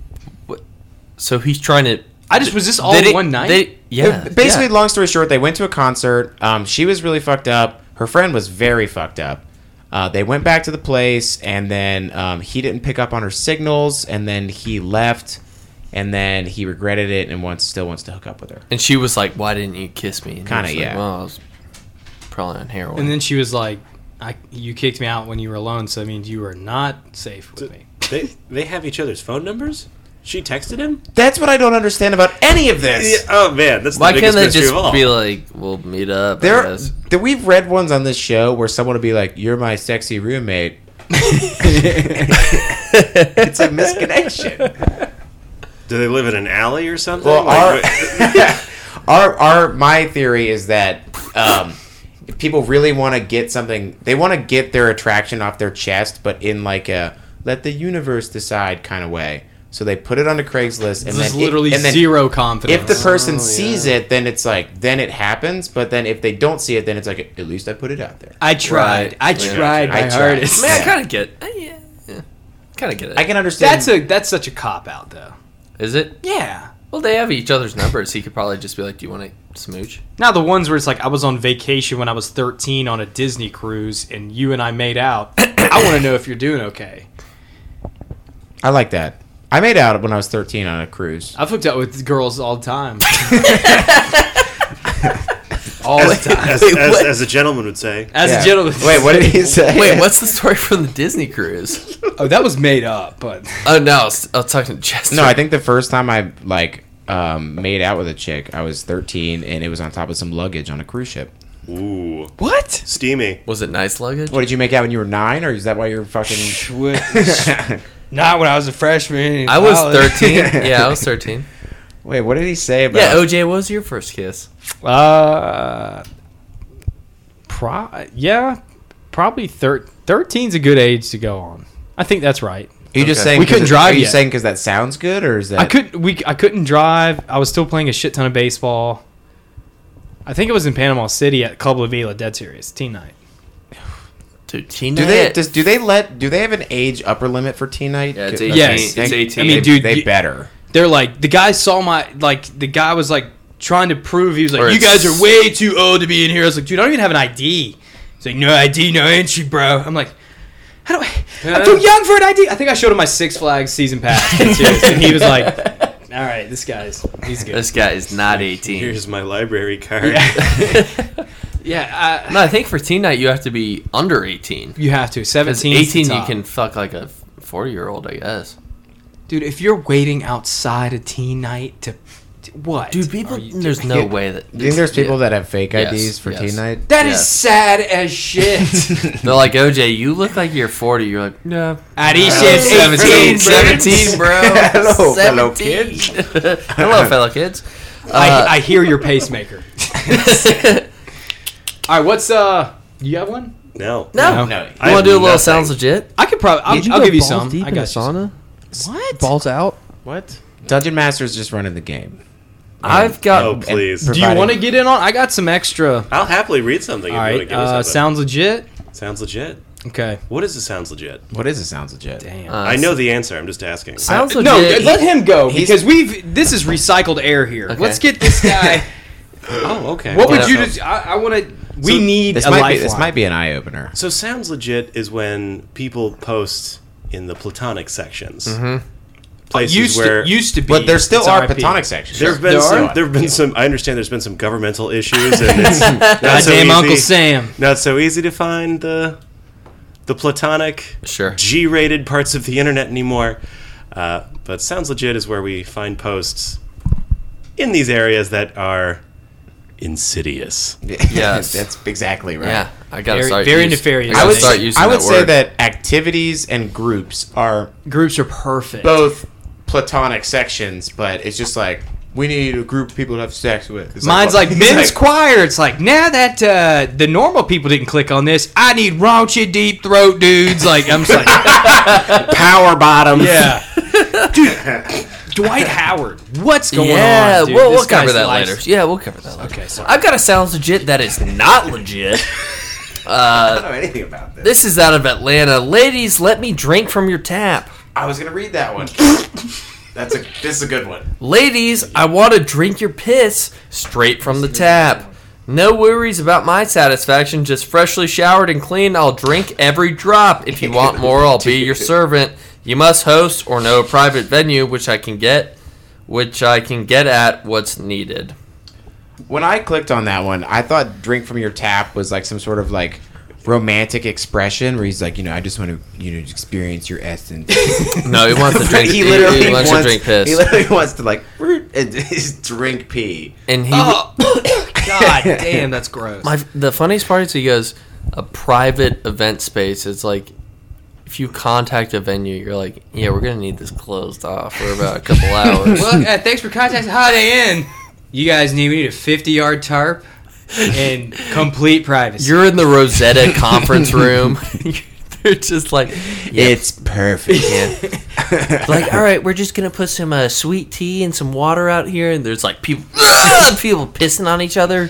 B: what, so he's trying to.
E: I just was this all
B: They
E: in
B: didn't-
E: one night.
B: they- yeah,
D: Basically,
B: yeah.
D: long story short, they went to a concert. Um, she was really fucked up. Her friend was very fucked up. Uh, they went back to the place, and then um, he didn't pick up on her signals, and then he left, and then he regretted it, and wants still wants to hook up with her.
B: And she was like, "Why didn't you kiss me?" And he
D: Kinda,
B: was like,
D: yeah.
B: Well, I was probably on heroin.
E: and then she was like, I, "You kicked me out when you were alone, so that means you were not safe with me."
C: They they have each other's phone numbers. She texted him.
D: That's what I don't understand about any of this.
C: Yeah, oh man, that's
B: why
C: the
B: can't
C: biggest
B: they
C: mystery
B: just
C: of all.
B: be like, "We'll meet up"? I
D: There, *laughs*
B: guess."
D: that we've read ones on this show where someone will be like, "You're my sexy
E: *laughs*
D: roommate." it's
E: *laughs*
D: a misconnection.
C: Do they live in an alley or something?
D: Well, our,
C: Like, *laughs* wait-
D: our, our, my theory is that um, if people really want to get something. They want to get their attraction off their chest, but in like a let the universe decide kind of way. So they put it onto Craigslist, and
E: This is
D: then it-
E: literally
D: and then
E: zero confidence.
D: If the
E: Oh,
D: person sees it, then it's like then it happens. But then if they don't see it, then it's like at least I put it out there.
E: I tried.
B: Right.
E: I
B: Yeah.
E: tried
D: I
E: my
D: tried.
E: hardest.
B: I mean, I
D: Yeah.
B: kind of get. I, yeah, yeah, kind of get it.
D: I can understand.
E: That's a that's such a cop out though.
B: Is it?
E: Yeah.
B: Well, they have each other's numbers. He could probably just be like, "Do you want to
D: *laughs*
B: smooch?"
E: Now the ones where it's like I was on vacation when I was 13 on a Disney cruise and you and I made out. *coughs* I want to know if you're doing okay.
D: I like that. I made out when I was 13 on a cruise.
E: I've hooked up with girls all the
A: *laughs*
E: time. all the
C: as,
E: time.
C: as,
B: Wait,
C: as-
B: what?
C: as a gentleman would say,
E: As
D: Yeah.
E: a gentleman.
D: Wait, what did
E: *laughs*
D: he say?
B: Wait, what's the story from the Disney cruise?
E: Oh, that was made up, but
B: Oh no, I was, I was talking to Chester.
D: *laughs* No, I think the first time I like um, made out with a chick, I was 13 and it was on top of some luggage on a cruise ship.
C: "Ooh,
E: what?
C: steamy."
B: was it nice luggage?
D: What did you make out when you were nine, or is that why you're
E: *sighs*
D: fucking?
A: Not when I was a freshman. in
B: I was
A: college.
B: thirteen.
D: *laughs*
B: yeah, I was thirteen.
D: Wait, what did he say about?
B: Yeah,
E: oh,
B: OJ, what was your first kiss?
A: Uh,
E: Pro- yeah, probably thir- 13's a good age to go on. I think that's right.
D: are you just
B: Okay.
D: saying
E: We couldn't
D: 'cause-
E: drive
D: Are you
E: yet.
D: saying because that sounds good, or is that?
E: I couldn't we I couldn't drive. I was still playing a shit ton of baseball. I think it was in Panama City at Club La Vila Dead Serious team night.
B: Dude, teen
D: Do they
B: night.
D: does, do they let do they have an age upper limit for teen night?
B: Yeah, it's
D: Okay,
B: 18.
E: Yes,
B: it's 18.
D: I mean,
E: dude,
D: they
E: you-
D: better.
A: They're like the guy saw my like the guy was like trying to prove he was like
B: Or
A: you
B: it's-
A: guys are way too old to be in here. I was like dude, I don't even have an ID. He's like no ID, no entry, bro. I'm like. How do I, I'm too young for an ID. I think I showed him my Six Flags season pass, That's serious. and he was like,
B: *laughs*
A: "All right, this guy's he's good."
B: This guy is not 18.
C: Here's my library
A: *laughs*
C: card.
B: *laughs*
A: Yeah, I,
B: No, I think for teen night you have to be under 18.
A: you have to.
B: Because
A: Seventeen,
B: 18 you can fuck like a 40 year old, I guess.
A: dude. If you're waiting outside a teen night to, to what,
B: Dude, people, there's no
D: Yeah.
B: way that.
D: Do you think there's people
B: yeah.
D: that have fake
B: Yes,
D: IDs for
B: yes.
D: teen night?
A: That is
B: Yeah.
A: sad as *laughs* shit.
B: *laughs* They're like, OJ, you look like you're 40. You're like, no.
A: Addisha's
B: 17,
A: 18,
B: 17, *laughs* bro.
D: Hello, fellow
B: 17. *laughs* Hello, fellow kids. Uh,
A: I, I hear your pacemaker. *laughs*
B: *laughs*
A: All right, what's uh? You have one?
C: *laughs* No.
B: no.
D: No.
B: You want to do a little
C: nothing.
B: sounds legit?
A: I could probably. I'll, I'll give you some. I got you some.
B: sauna.
A: What?
F: Balls out.
D: What? *laughs* Dungeon Master's just running the game.
B: I've got.
C: Oh, please.
A: Do you want to get in on? I got some extra. All
C: I'll happily read something if you want
A: right.
C: to give me
A: Uh,
C: something.
A: sounds legit.
C: sounds legit.
A: Okay.
C: What is the sounds legit?
D: What is it? Sounds legit.
A: Damn.
B: uh,
C: I know the answer. I'm just asking.
B: Sounds legit.
A: No, let him go
D: He's-
A: because we've. This is recycled air here.
B: Okay.
A: Let's get this guy.
C: oh,
A: *laughs*
C: okay.
A: What would
B: Yeah.
A: you? Just, I, I want to. We
C: So
A: need
D: This
A: a
D: might, be,
A: lifeline.
D: this might be an eye opener.
C: so sounds legit is when people post in the platonic sections. Places
A: used
C: where
A: to, used to be,
D: But there still
A: it's
D: are
A: RIP.
D: platonic sections.
C: There have
D: *laughs*
C: been
A: There
C: some.
A: are?
C: There have been some. I understand. There's been some governmental
A: *laughs*
C: issues, and it's not so
A: Goddamn
C: easy.
A: Uncle Sam.
C: Not so easy to find the the platonic
B: Sure.
C: G-rated parts of the internet anymore. Uh, but sounds legit is where we find posts in these areas that are insidious.
B: Yes.
D: that's exactly right.
B: Yeah, I gotta
A: Very-
B: start.
A: very
B: use-
A: nefarious.
B: I
D: I
B: gotta
D: would,
B: start
D: say,
B: using.
D: I would
B: that
D: say
B: word.
D: that activities and groups are
A: Groups are perfect.
D: both platonic sections, but it's just like we need a group of people to have sex with. It's
A: Mine's like
D: *laughs* it's
A: men's
D: like,
A: choir. It's like now that uh, the normal people didn't click on this, I need raunchy deep throat dudes. Like I'm just
D: *laughs*
A: like,
D: power bottom.
A: yeah, *laughs* dude, Dwight Howard. What's going
B: yeah,
A: on? dude?
B: we'll, we'll
A: This
B: cover
A: guy's
B: that
A: life's-
B: later. Yeah, we'll cover that later.
A: Okay, sorry.
B: I've got a sounds legit that is not
A: *laughs*
B: legit.
D: I don't know anything about this.
B: This is out of Atlanta. Ladies, let me drink from your tap.
D: I was gonna read
B: *laughs*
D: that one. That's a this is a good one.
B: Ladies, I want to drink your piss straight from the tap. No worries about my satisfaction. Just freshly showered and clean. I'll drink every drop. If you want more, I'll
A: *laughs*
B: be your servant. You must host or know a private venue, which I can get, which I can get at what's needed.
D: When I clicked on that one, I thought "drink from your tap" was like some sort of like romantic expression where he's like, you know, I just want to you know experience your essence.
B: No, he *laughs* wants
A: *laughs*
D: *laughs*
B: to drink. he, he wants, to drink piss. *laughs*
D: He literally wants to like drink pee.
B: and he,
A: Oh, God damn, that's gross.
B: my, the funniest part is he goes a private event space. It's like if you contact a venue, you're like, yeah, we're gonna need this closed off for about a *laughs* couple
A: *laughs*
B: hours.
A: well, uh, thanks for contacting Holiday Inn. You guys need we need a 50 yard tarp and complete privacy.
B: You're in the Rosetta conference *laughs* room. They're just like, yeah,
D: It's perfect.
B: *laughs* yeah. *laughs* like, all right, we're just gonna put some uh, sweet tea and some water out here, and there's like people, *laughs* people pissing on each other.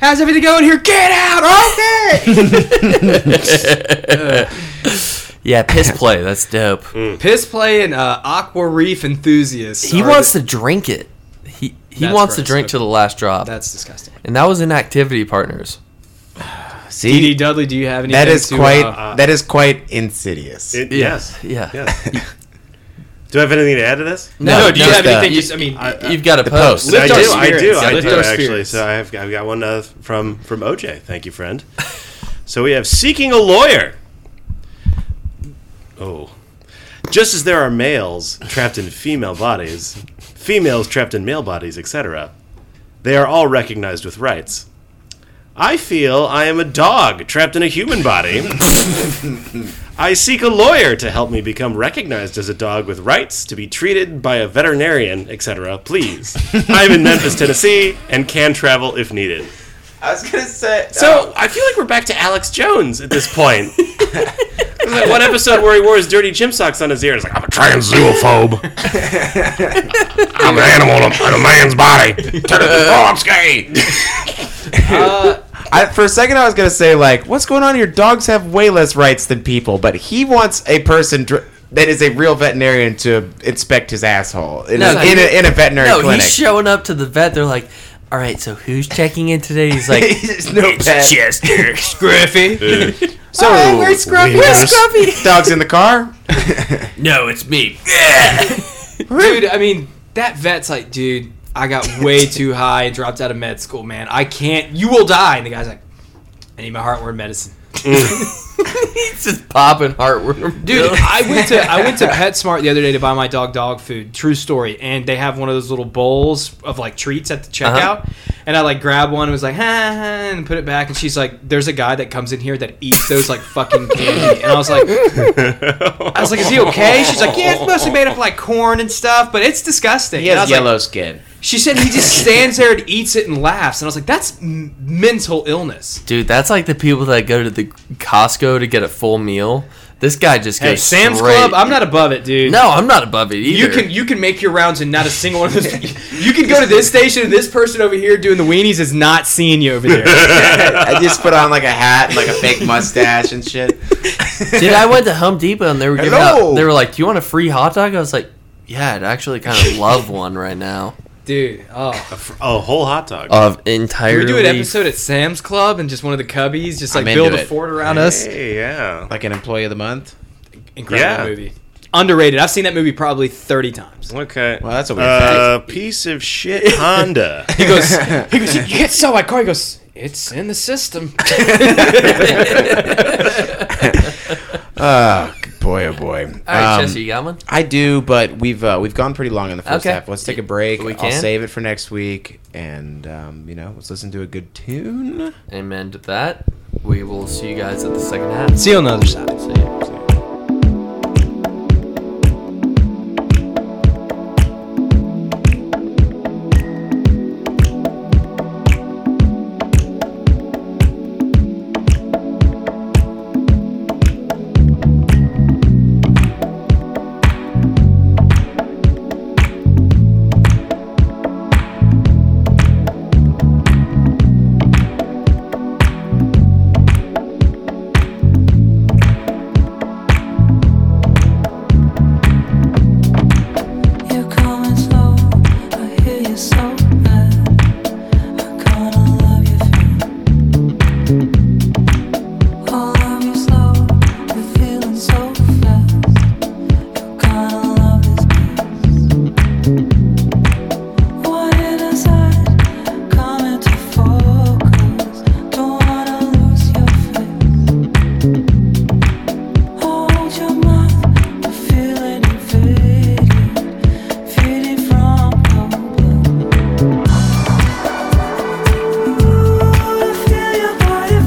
A: How's everything going here? Get out! Okay.
B: Yeah, piss play. That's dope.
A: Piss play and uh, aqua reef enthusiasts.
B: He
A: are
B: wants
A: the-
B: to drink it. He he
A: That's
B: wants to
A: gross.
B: drink to the last drop,
A: That's disgusting.
B: and that was in Activity Partners.
D: See,
A: DD Dudley, do you have any? uh,
D: that is quite
B: uh,
D: *laughs* that is quite insidious.
C: It- yes.
B: Yeah.
C: Yes. *laughs* Do I have anything to add to this?
A: no, do you
D: just
A: have
D: the-
A: anything? Just I mean,
B: You've got to post.
A: Lift
C: I
A: our
C: do, I do,
A: spirits. Yeah,
C: I
A: lift
C: do
A: our
C: actually.
A: spirits.
C: So I've, I've got one uh, from from OJ. Thank you, friend. So we have seeking a lawyer. Oh, just as there are males trapped in female bodies, females trapped in male bodies, etc., they are all recognized with rights. I feel I am a dog trapped in a human body. I seek a lawyer to help me become recognized as a dog with rights to be treated by a veterinarian, etc. Please.
A: *laughs*
C: I'm in Memphis, Tennessee, and can travel if needed.
D: I was gonna say
A: Oh.
C: So I feel like we're back to Alex Jones at this
A: *laughs*
C: point. It's like one episode where he wore his dirty gym socks on his ears, like I'm a
G: trans zoophobe. I'm an animal in a, in a man's body. Turn into frogs gay.
D: I, for a second, I was gonna say like, what's going on here? Dogs have way less rights than people, but he wants a person dr- that is a real veterinarian to inspect his asshole in,
B: No,
D: a,
B: no,
D: in,
B: he-
D: a, in a veterinary
B: No,
D: clinic.
B: he's
D: *laughs*
B: showing up to the vet. They're like, "All right, so who's checking in today?" He's like,
D: *laughs* There's no pet.
B: "Chester." *laughs*
H: Griffey.
D: So
B: where's Scruffy? Where's Scruffy?
D: *laughs* Dog's in
B: *laughs*
D: the car.
B: no, it's me. *laughs*
A: dude. I mean, that vet's like, dude, I got way too high and dropped out of med school, man. I can't. You will die. And the guy's like, I need my heartworm medicine.
B: he's just popping heartworm,
A: Dude, I went to I
D: *laughs*
A: went to PetSmart the other day to buy my dog dog food. True story. And they have one of those little bowls of like treats at the
D: Uh-huh.
A: checkout. And I like grabbed one and was like, ha, ha, ha," and put it back. And she's like, "There's a guy that comes in here that eats those like
D: *laughs*
A: fucking candy." And I was like, "I was like, is he okay?" She's like, "Yeah, it's mostly made of like corn and stuff, but it's disgusting."
D: He
A: And I
D: has
A: was like,
D: yellow skin.
A: she said he just stands there and eats it and laughs. And I was like, "That's m- mental illness."
B: Dude, that's like the people that go to the Costco to get a full meal. This guy just goes
A: Hey, Sam's
B: straight-
A: Club, I'm not above it, dude.
B: no, I'm not above it either.
A: You can you can make your rounds and not a single one of those. you can go to this station and this person over here doing the weenies is not seeing you over
C: *laughs*
A: there. *laughs*
D: I just put on like a hat and like a fake mustache and shit.
B: Dude, I went to Home Depot and they were giving
D: Hello.
B: out. They were like, "Do you want a free hot dog?" I was like, "Yeah, I'd actually kind of love one right now."
A: Dude, oh,
C: A whole hot dog.
B: Of
A: Can
B: entirely.
A: we do an episode at Sam's Club and just one of the cubbies just
D: I'm
A: like build
D: into
A: a
D: it.
A: fort around us.
C: hey, yeah.
D: Like an employee of the month.
A: Incredible
C: Yeah.
A: movie, underrated. I've seen that movie probably thirty times.
C: Okay.
D: Well, that's a weird
C: uh, piece of shit
A: *laughs*
C: Honda.
A: He goes, he goes, you can't sell my car. He goes, it's in the system.
D: Oh boy, oh boy.
B: All right,
D: Um,
B: Chester, you got one?
D: I do, but we've uh, we've gone pretty long in the first
B: Okay.
D: half. Let's take a break.
B: We
D: I'll
B: can?
D: save it for next week, and um, you know, let's listen to a good tune.
B: Amen to that. We will see you guys at the second half.
A: See you on the other side.
B: See ya.
F: You're coming slow. I hear you so bad. I kinda love you feel. I love you slow. You're feeling so fast. You kinda love this place. What it is I coming to focus. Don't wanna lose your face. Hold your mouth. The feeling invading. Feeling from above, I feel your body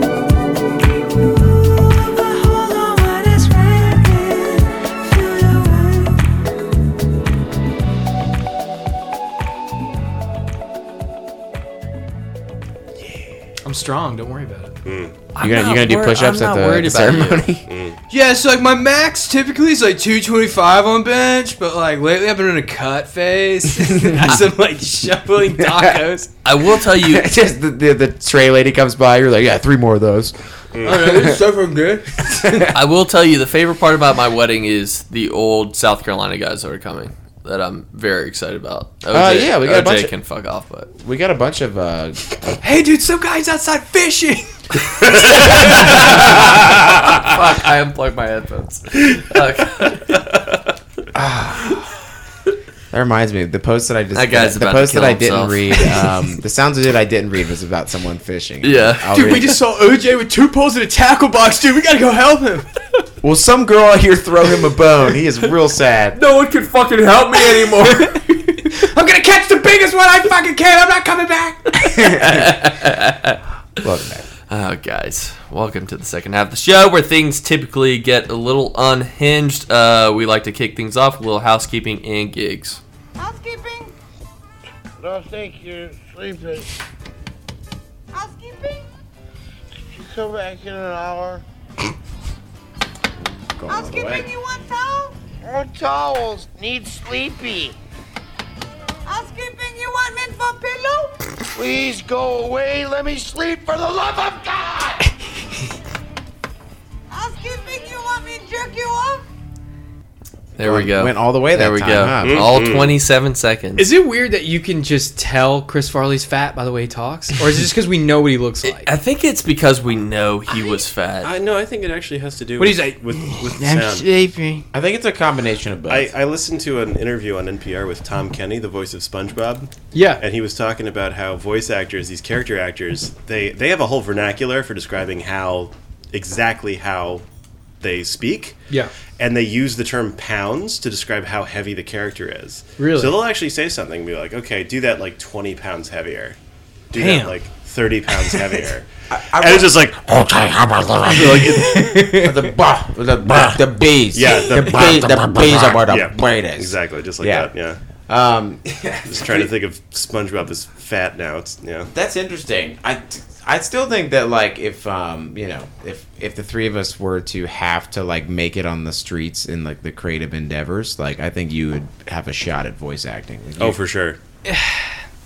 F: falling. But hold on when it's raining, feel your weight.
A: I'm strong. Don't worry about it.
B: I'm
D: You gonna
B: not
D: you gonna do
B: wor-
D: push-ups
B: I'm
D: at
B: not
D: the,
B: worried
D: the
B: about you. *laughs*
D: ceremony? *laughs*
A: Yeah, so like my max typically is like 225 on bench, but like lately I've been in a cut *laughs* phase as I'm like *laughs* shoveling tacos.
B: I will tell
D: *laughs*
B: you.
D: Just the, the the tray lady comes by. You're like, yeah, three more of those.
A: so from good.
B: I will tell you the favorite part about my wedding is the old South Carolina guys that are coming. That I'm very excited about. Oh
D: yeah, we got a
B: OJ
D: bunch of-
B: can fuck off,
D: *laughs*
B: but
D: We got a bunch of uh,
A: *laughs* Hey, dude, some guy's outside fishing.
B: fuck, I unplugged my
D: *laughs*
B: headphones. Okay.
D: That reminds me, the post that I just
B: That guy's
D: the
B: about to
D: post that
B: kill
D: I didn't
B: himself.
D: read,
B: *laughs*
D: um, the sounds of it I didn't read was about someone fishing.
B: Yeah.
D: I'll
A: Dude,
D: read
A: we
D: it.
A: just saw OJ with two poles in a tackle box, dude. We gotta go help him.
D: well, some girl out here throw him a bone.
B: *laughs*
D: He is real sad.
B: no one can fucking help me anymore.
A: *laughs* I'm gonna catch the biggest one I fucking can. I'm not coming back. *laughs*
D: Love that.
B: *laughs* Oh, guys, welcome to the second half of the show where things typically get a little unhinged. Uh, we like to kick things off with a little housekeeping and gigs.
I: Housekeeping?
J: I think you're sleeping.
I: Housekeeping?
J: You come back in an hour.
D: Going all the
I: Housekeeping,
D: way.
I: you want towel?
J: More towels. Need sleepy.
I: Housekeeping, you want mint for pillow?
J: Please go away. Let me sleep for the love of God.
B: There we go.
D: Went all the way that
B: There we
D: time,
B: go.
D: huh?
B: All
C: Mm-hmm.
B: 27 seconds.
A: Is it weird that you can just tell Chris Farley's fat by the way he talks, or is it just because we know what he looks like?
B: I think it's because we know he was fat.
C: I know. I think it actually has to do.
A: What do
C: with,
A: you say?
C: with with sound?
D: I think it's a combination of both.
C: I, I listened to an interview on NPR with Tom Kenny, the voice of SpongeBob,
A: *laughs* Yeah,
C: and he was talking about how voice actors, these character actors, they they have a whole vernacular for describing how exactly how they speak.
A: yeah.
C: and they use the term pounds to describe how heavy the character is.
A: Really?
C: So they'll actually say something and be like, okay, do that like 20 pounds heavier. Do
A: Damn.
C: that like 30 pounds
D: *laughs*
C: heavier. and it's just like,
G: Okay, how about that?
C: like it-
D: the bah, the bah, the bees.
C: Yeah, the
D: the bees. The bees are where the
C: yeah,
D: greatest.
C: exactly, just like
D: Yeah.
C: that. Yeah.
D: Um,
C: Just
D: *laughs*
C: trying to think of SpongeBob as fat now. It's, yeah.
D: that's interesting. I I still think that like if um you know if if the three of us were to have to like make it on the streets in like the creative endeavors, like I think you would have a shot at voice acting. Like,
C: Oh,
D: you-
C: for sure.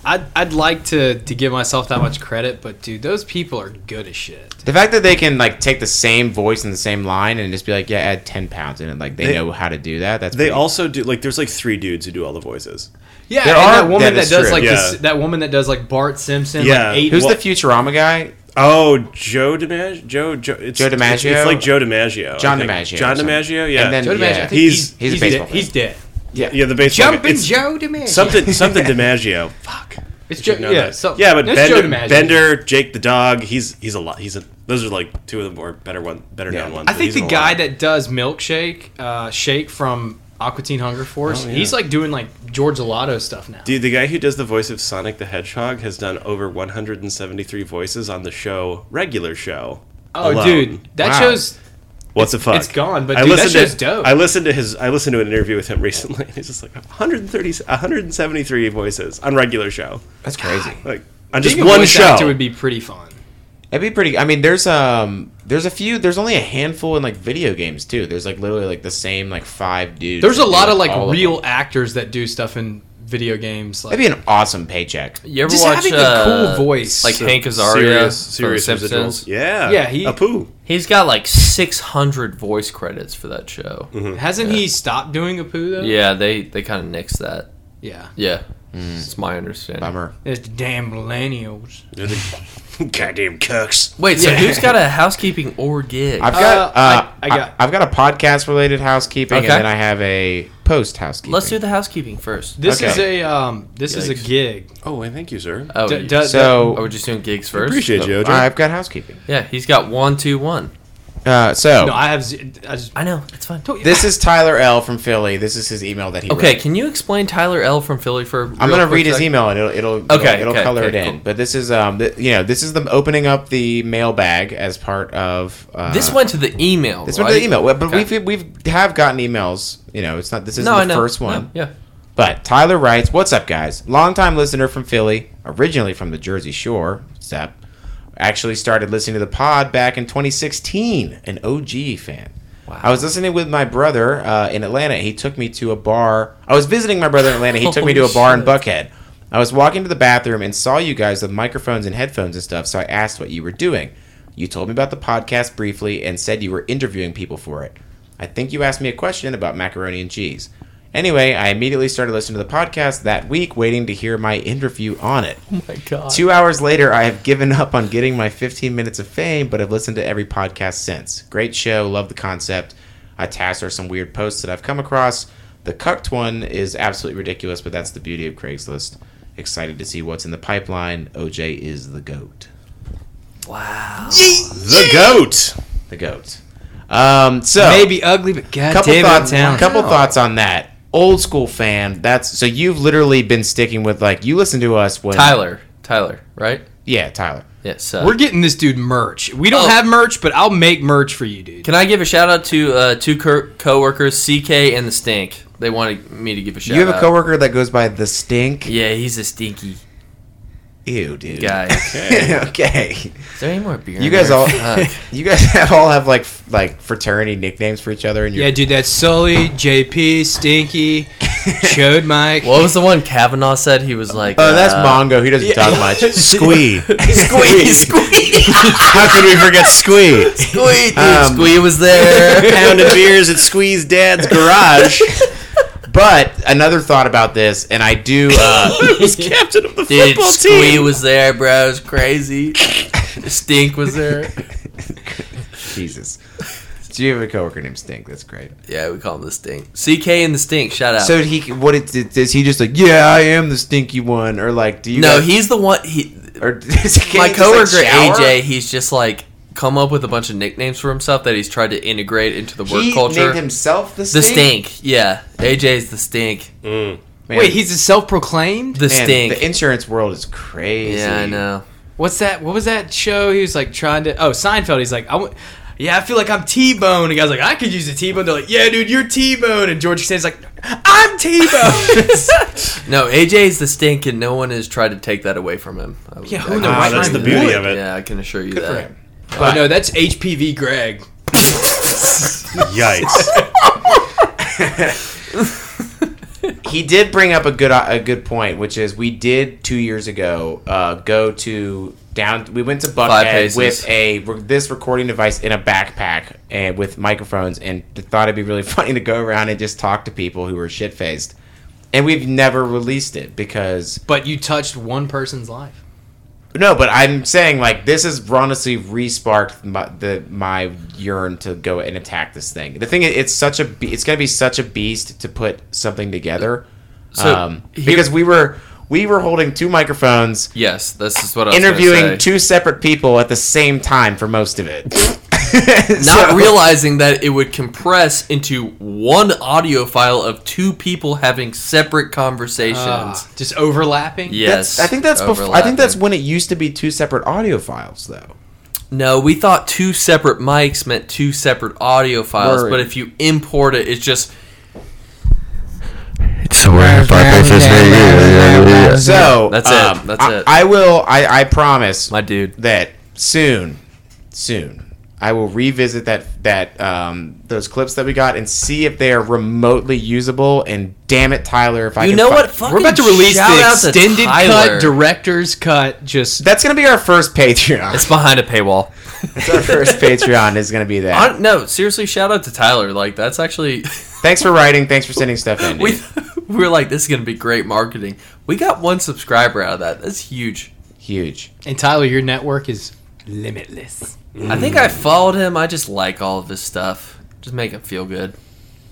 A: I'd, I'd like to to give myself that much credit, but dude, those people are good as shit.
D: the fact that they can like take the same voice and the same line and just be like, yeah, add ten pounds in it. Like they,
C: They-
D: know how to do that. That's
C: They
D: pretty-
C: also do, like, there's like three dudes who do all the voices.
A: Yeah,
D: There
A: and
D: are-
A: that woman
D: that
A: that,
D: is
A: does
D: true.
A: like
C: Yeah.
A: this, that woman that does like Bart Simpson.
C: Yeah.
A: like eight,
D: Who's
C: Well-
D: the Futurama guy?
C: Oh, Joe DiMaggio? Joe, Joe, it's,
D: Joe
C: It's,
D: DiMaggio?
C: it's like Joe DiMaggio. I
D: John
C: think.
D: DiMaggio or
C: John
D: something.
C: DiMaggio, yeah.
D: And then
A: Joe DiMaggio. I
D: yeah,
A: think
C: He's-
A: he's,
D: he's a
A: dead.
D: baseball player.
A: He's dead.
C: yeah, the baseball. guy.
A: Jumping
C: It's
A: Joe DiMaggio.
C: Something, something
D: *laughs*
C: DiMaggio. Fuck.
A: It's Joe.
C: know
A: Yeah,
C: that.
A: something.
C: Yeah, but
A: That's
C: Bender,
A: Joe DiMaggio.
C: Bender, Jake the dog, he's he's a lot. He's a those are like two of the more better one, better known ones.
A: I
C: but
A: think
C: he's in
A: the
C: a
A: guy
C: lot.
A: that does Milkshake, uh, Shake from Aqua Teen Hunger Force, he's like doing like George Gelato stuff now.
C: Oh, dude, the guy who does the voice of Sonic the Hedgehog has done over 173 voices on the show regular show.
A: oh,
C: alone.
A: dude, that
D: Wow.
A: shows.
C: What's the fuck?
A: it's gone, but dude, that show's
C: to
A: dope.
C: I listened to his I listened to an interview with him *laughs* recently. and He's just like 130 173 voices on regular show.
D: That's crazy.
C: Like on
A: Being
C: just
A: a
C: one
A: voice
C: show.
A: actor would be pretty fun.
D: That'd be pretty. I mean, there's um, there's a few. There's only a handful in like video games too. There's like literally like the same like five dudes.
A: There's
D: that
A: a
D: do,
A: lot of like
D: all
A: real
D: them.
A: actors that do stuff in video games. Like,
D: That'd be an awesome paycheck.
B: you ever
A: just
B: watch
A: having
B: uh,
A: a cool voice.
B: Like
A: Like,
B: Hank Azaria
C: serious,
B: from
C: serious
B: Simpsons.
C: Simpsons. Yeah,
A: Yeah, he-
C: Apu.
B: He's got like 600 voice credits for that show.
A: hasn't he stopped doing a poo though?
B: Yeah, they they kind of nixed that.
A: Yeah.
B: Yeah, it's my understanding.
D: Bummer.
A: It's the damn millennials.
C: *laughs* Goddamn cucks.
B: Wait, so who's got a housekeeping or gig?
D: I've got uh,
A: Uh, I-
D: I,
A: I got-
D: have got a podcast related housekeeping,
B: Okay.
D: and then I have a post housekeeping.
B: Let's do the housekeeping first.
A: This
D: Okay.
A: is a um. This is a
C: Yikes.
A: gig.
C: Oh, and thank you, sir.
B: Oh,
A: D-
B: you-
A: d-
B: oh,
D: So
B: we're just doing gigs first.
C: Appreciate you, Ojo.
D: Uh, I've got housekeeping.
B: Yeah, he's got one, two, one.
D: Uh, so
A: no, I have. z- I just,
B: I know it's fine.
D: this is Tyler L from Philly. This is his email that he.
B: Okay,
D: wrote.
B: can you explain Tyler L from Philly for?
D: I'm
B: real
D: gonna
B: quick
D: read his
B: sec?
D: email and it'll it'll
B: Okay,
D: it'll, it'll
B: okay,
D: color
B: okay,
D: it in.
B: cool.
D: But this is um th- you know this is the opening up the mailbag as part of uh,
B: This went to the email.
D: This
B: right?
D: one to the email, but
B: Okay.
D: we've we've have gotten emails. You know, it's not this isn't
B: no, I
D: the
B: know.
D: first
B: No,
D: one.
B: yeah.
D: But Tyler writes, "What's up, guys? Longtime listener from Philly, originally from the Jersey Shore. What's up? Actually started listening to the pod back in 2016. An OG fan.
B: Wow.
D: I was listening with my brother uh, in Atlanta. He took me to a bar. I was visiting my brother in Atlanta. He took me to a
B: Holy
D: bar in
B: shit.
D: Buckhead. I was walking to the bathroom and saw you guys with microphones and headphones and stuff. So I asked what you were doing. You told me about the podcast briefly and said you were interviewing people for it. I think you asked me a question about macaroni and cheese. Anyway, I immediately started listening to the podcast that week, waiting to hear my interview on it.
B: My God.
D: Two hours later, I have given up on getting my 15 minutes of fame, but I've listened to every podcast since. Great show, love the concept. I tasked her some weird posts that I've come across. The cucked one is absolutely ridiculous, but that's the beauty of Craigslist. Excited to see what's in the pipeline. OJ is the goat.
B: wow.
C: The goat.
D: The goat. Um, so
A: Maybe ugly, but god
D: couple
A: damn
D: thoughts.
A: it, town.
D: Couple thoughts on that. Old school fan. That's so you've literally been sticking with like you listen to us when
B: Tyler. Tyler. Right.
D: Yeah, Tyler.
B: Yes. Uh,
A: We're getting this dude merch. We don't
B: Oh.
A: have merch, but I'll make merch for you, dude.
B: Can I give a shout out to uh, two co- coworkers, CK and the Stink? They wanted me to give a shout out.
D: you have a coworker that goes by the stink.
B: Yeah, he's a stinky
D: Ew, dude. *laughs*
B: guy. Is
D: okay.
B: there any more beer?
D: You
B: in
D: guys
B: there? *laughs*
D: all,
B: Fuck.
D: *laughs* you guys have all have like f- like fraternity nicknames for each other, and you're
A: Yeah, dude, that's Sully, JP, Stinky, Showed my
B: What was the one Kavanaugh said? He was like,
D: *laughs* Oh, that's
B: uh, *laughs*
D: Mongo. He doesn't talk *laughs* much.
K: Squee.
B: Squee,
D: *laughs*
B: Squee,
K: How could we forget Squee?
B: Squee, dude,
D: Um,
B: Squee was there.
D: *laughs* Pound of beers at Squeeze Dad's garage.
B: *laughs*
D: But another thought about this, and I do. *laughs* Uh,
K: Captain of the
B: Dude, Squee was there, bro. It was crazy. Stink was there.
D: *laughs* Jesus. Do you have a coworker named Stink? That's great.
B: Yeah, we call him the Stink. CK and the Stink. Shout out.
D: So did he what it, did- is he just like? Yeah, I am the stinky one, or like? Do you?
B: no,
D: guys-
B: he's the one. He,
D: Or *laughs* is he-
B: my
D: just, like,
B: coworker
D: shower?
B: AJ, he's just like come up with a bunch of nicknames for himself that he's tried to integrate into the work
D: He
B: culture.
D: named himself the
B: the
D: Stink.
B: Stink. Yeah, AJ's the Stink.
C: Mm.
D: Man,
A: wait. He's a self-proclaimed.
B: The
D: man,
B: Stink.
D: The insurance world is crazy.
B: yeah, I know.
A: What's that? What was that show? He was like trying to. Oh, Seinfeld. He's like, I want. Yeah, I feel like I'm T-Bone. And the guy's like, I could use a T-Bone. They're like, Yeah, dude, you're T-Bone. And George Costanza's like, I'm T-Bone.
D: *laughs*
A: *laughs*
B: No, AJ's the Stink, and no one has tried to take that away from him. I-
A: Yeah,
B: I
A: who
B: can
A: in their
B: assure
A: right
C: that's
B: you
C: the
B: that.
C: beauty of it.
B: Yeah, I can assure you
D: Good for
B: that.
D: him.
A: oh no, that's HPV Greg.
C: *laughs* Yikes.
D: He did bring up a good uh, a good point, which is we did two years ago uh, go to down. We went to Buckhead
B: paces.
D: with a this recording device in a backpack and with microphones, and thought it'd be really *laughs* funny to go around and just talk to people who were shit faced. And we've never released it because
A: *laughs* But you touched one person's life.
D: no, but I'm saying like this has honestly re-sparked my, the my yearn to go and attack this thing. The thing is, it's such a be- it's gonna be such a beast to put something together.
B: So,
D: um, because we were we were holding two microphones,
B: Yes, this is what I was gonna say.
D: interviewing two separate people at the same time for most of it.
B: not
D: *laughs* So-
B: realizing that it would compress into one audio file of two people having separate conversations.
A: Ah, just overlapping.
B: yes,
D: I think that's before, I think that's
B: overlapping.
D: when it used to be two separate audio files though.
B: no. We thought two separate mics meant two separate audio files,
D: Word.
B: but if you import it, it's just
D: So
B: That's it.
D: um,
B: That's
D: I,
B: it.
D: I will. I, I promise.
B: my dude.
D: that soon, soon, I will revisit that that um, those clips that we got and see if they are remotely usable. And damn it, Tyler, if I
B: You
D: can
B: know
D: fi-
B: what? Fucking
A: We're about to release
B: shout
A: the
B: out to
A: extended
B: Tyler.
A: cut, director's cut. Just
D: that's gonna be our first Patreon.
B: It's behind a paywall.
D: That's *laughs*
B: *laughs*
D: our first Patreon is gonna be that.
B: I, no, seriously, shout out to Tyler. Like that's actually
D: Thanks for writing. Thanks for sending stuff in.
B: *laughs* we
D: dude.
B: we were like this is gonna be great marketing. We got one subscriber out of that. That's huge.
D: Huge.
A: and Tyler, your network is limitless.
B: I think I followed him. I just like all of his stuff. Just make him feel good.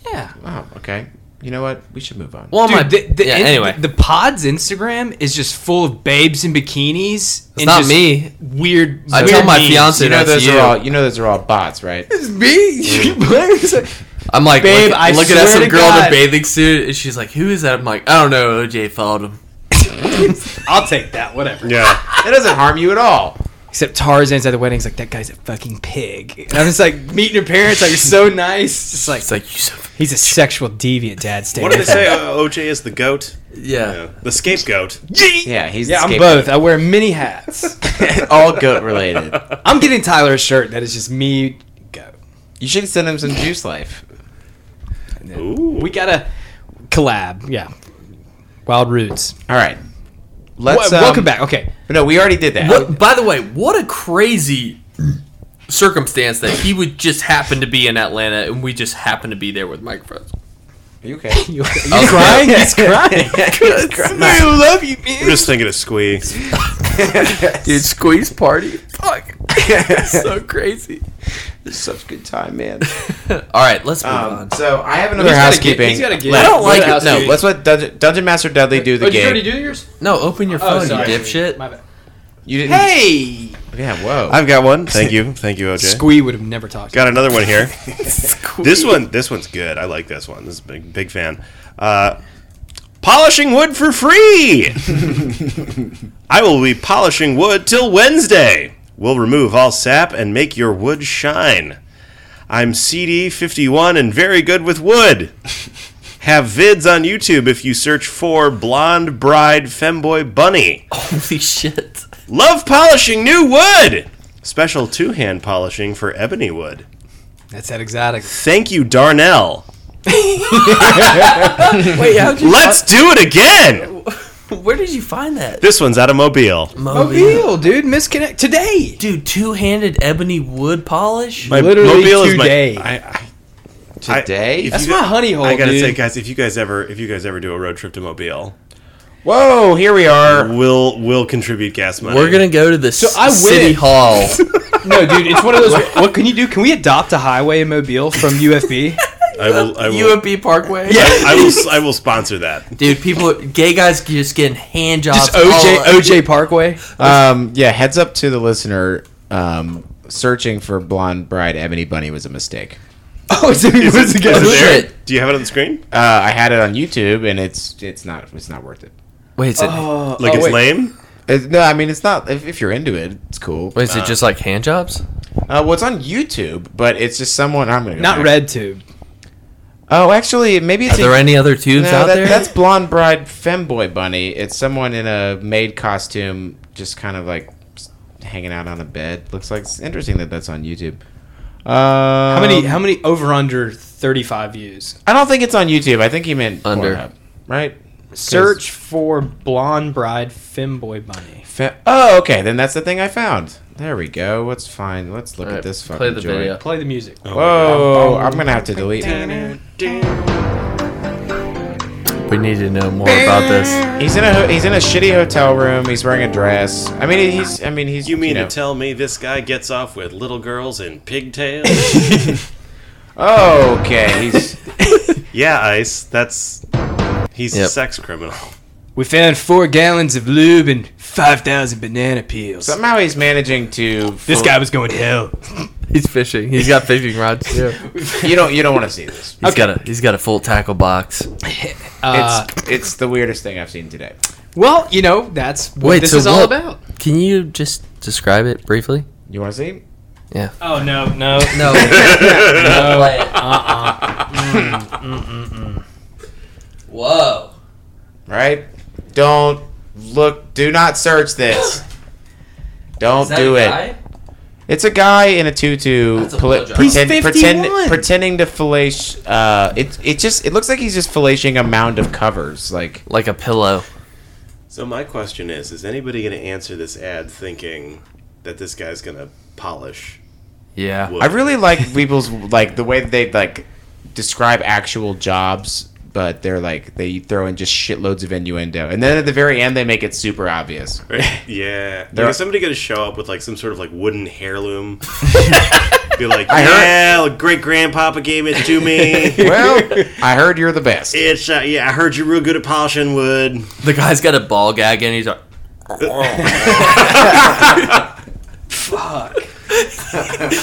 A: Yeah.
D: Wow. Oh, Okay. You know what? We should move on.
B: Well, my
A: Dude, the, the,
B: yeah.
A: in-
B: anyway,
A: the pod's Instagram is just full of babes in bikinis.
B: it's not me.
A: Weird.
B: I
A: weird
B: tell my
A: memes.
B: fiance
D: you know
B: that's
D: those
B: you.
D: are all. You know those are all bots, right?
B: I'm like,
A: Babe,
B: look,
A: I
B: looking at
A: swear
B: some
A: to
B: girl in a
A: God.
B: bathing suit, and she's like, "Who is that?" I'm like, "I don't know." OJ followed him.
A: *laughs* I'll take that. Whatever.
C: yeah.
D: That doesn't harm you
B: *laughs*
D: at all.
A: Except Tarzan's at the wedding. He's like, that guy's a fucking pig. And I'm just like, meeting your parents. Like, you're so nice. It's like,
B: It's like you. son of
A: he's a sexual deviant, dad. Stay
C: What did
A: away.
C: they say? Uh, OJ is the goat?
B: a- Yeah.
C: Yeah. The scapegoat.
D: Yeah, he's
A: Yeah,
D: the
A: I'm
D: scapegoat.
A: both. I wear many hats.
D: *laughs* all goat related.
A: I'm getting Tyler a shirt that is just me. Go.
D: You should send him some Juice Life.
C: Ooh.
A: We gotta collab. Yeah. Wild Roots.
D: All right. Let's
A: Wel-
D: um,
A: welcome back. Okay.
D: No, we already did that.
B: What? By the way, what a crazy circumstance that he would just happen to be in Atlanta, and we just happen to be there with microphones.
D: Are you
A: *laughs*
D: okay? Oh,
A: You, you
D: *laughs*
A: crying? He's crying. I love you, man.
C: I'm just thinking
A: *laughs*
C: of Squee.
D: *laughs*
B: Dude, squeeze party. Fuck. so crazy.
D: Such a good
A: *laughs*
D: time, man.
B: *laughs* All right, let's move
D: Um,
B: on.
D: so I have another
A: He's got a
D: housekeeping.
A: gig- he's got a gig.
D: left.
A: I don't Oh,
B: like
D: Let-
B: it.
D: No, let's let Dungeon, Dungeon Master Dudley do the game.
A: do yours?
B: No, open your phone, you
A: oh, sorry.
B: dipshit. *laughs*
A: My bad.
D: you didn't.
A: Hey!
D: Yeah. Whoa.
C: I've got one. Thank you. Thank you, OJ.
A: Squee would have never talked.
C: Got another one here. this one, this one's good. I like this one. This is a big, big fan. Uh, polishing wood for free. I will be polishing wood till Wednesday. We'll remove all sap and make your wood shine. I'm CD51 and very good with wood. Have vids on YouTube if you search for Blonde Bride Femboy Bunny.
B: Holy shit.
C: Love polishing new wood. Special two hand polishing for ebony wood.
A: That's that exotic.
C: Thank you, Darnell.
B: Wait, how'd you?
C: Let's do it again.
B: *laughs* Where did you find that?
C: This one's out of Mobile.
B: Mobile,
E: Mobile, dude. Misconnect today.
B: dude. Two-handed ebony wood polish.
C: My
A: Literally
C: Mobile is my-
A: today.
C: *laughs* I- I- I-
D: Today?
C: if
A: That's
C: you
A: my
C: gu-
A: honey hole,
C: I gotta
A: dude.
C: say, guys, if you guys ever if you guys ever do a road trip to Mobile,
D: Whoa, here we are.
C: we'll we'll contribute gas money.
B: We're gonna go to the
A: I
B: s- city
A: win.
B: hall.
A: No, dude, it's one of those. *laughs* what can you do? Can we adopt a highway in Mobile from
C: *laughs*
A: UFB?
C: I will. I will.
B: UMP Parkway.
C: I will. I will sponsor
D: *laughs*
C: that.
B: dude. People, gay guys, just getting hand jobs.
A: Just OJ
B: all-
A: OJ
C: *laughs*
A: Parkway.
D: Um, yeah, heads up to the listener. Um, searching for blonde bride ebony bunny was a mistake.
A: Oh, dude, it was
C: Is it
A: again.
C: there?
B: shit.
C: Do you have it on the screen?
D: Uh, I had it on YouTube, and it's it's not it's not worth it.
B: Wait, is it?
A: Oh.
D: oh,
C: Like it's
D: *laughs*
C: lame.
D: It- no, I mean it's not. If, if you're into it, it's cool.
B: wait, is it just like hand jobs?
D: Uh, well, it's on YouTube, but it's just someone. I'm gonna go
A: Not
D: back.
A: RedTube.
D: Oh, actually, maybe
B: Are
D: it's
B: there
D: a,
B: any other tubes
D: no,
B: out
D: that-
B: there?
D: That's blonde bride femboy bunny. It's someone in a maid costume, just kind of like s- hanging out on a bed. Looks like it's interesting that that's on YouTube. Uh,
A: How
C: Um,
A: many? How many over under thirty five views?
D: I don't think it's on YouTube. I think he meant
B: Under.
D: Pornhub, right?
A: Search for blonde bride femboy bunny.
D: Fe- oh, okay. Then that's the thing I found. There we go. Let's find. Let's look
B: Alright,
D: at this fucking
B: play the
D: joy.
B: video.
A: Play the music.
C: Oh.
D: Whoa! I'm gonna have to delete. it.
B: We need to know more about this.
D: He's in a ho- he's in a shitty hotel room. He's wearing a dress. I mean, he's I mean he's
C: You mean
D: know-
C: to tell me this guy gets off with little girls in pigtails?
D: *laughs* Oh, okay.
C: *laughs*
D: He's
C: yeah, Ice. That's he's a
B: Yep.
C: sex criminal.
A: We found four gallons of lube and five thousand banana peels.
D: somehow he's managing to.
A: this guy was going to hell.
B: He's fishing. He's got fishing rods too. He's
D: You don't you don't want to see this.
B: got a he's got a full tackle box.
A: Uh,
D: It's it's the weirdest thing I've seen today.
A: well, you know that's what
B: Wait,
A: this
B: so
A: is all
B: what-
A: about.
B: Can you just describe it briefly?
D: You want to see?
A: Oh no, no,
B: *laughs*
A: *laughs*
B: No. uh-uh.
A: Mm,
B: Whoa.
D: Right? Don't look. Do not
B: *coughs*
D: search this. Don't do it. It's a guy in a tutu
B: That's a
D: pla-
B: blowjob.
D: pretend,
A: He's
D: pretend,
A: 51.
D: pretending to fellate. Uh, it it just it looks like he's just fellating a mound of covers. Like
B: Like a pillow.
C: So my question is: Is anybody gonna answer this ad thinking that this guy's gonna polish?
B: Yeah.
C: Wood?
D: I really like people's like the way that they like describe actual jobs, but they're like they throw in just shitloads of innuendo, and then at the very end they make it super obvious.
C: Right? *laughs* Yeah.
D: There
C: Like,
D: are-
C: is somebody gonna show up with like some sort of like wooden heirloom? Be like,
D: heard-
C: yeah, great grandpapa gave it to me.
D: Well, I heard you're the best.
C: it's uh, yeah, I heard you're real good at polishing wood.
B: The guy's got a ball gag and he's like, fuck. and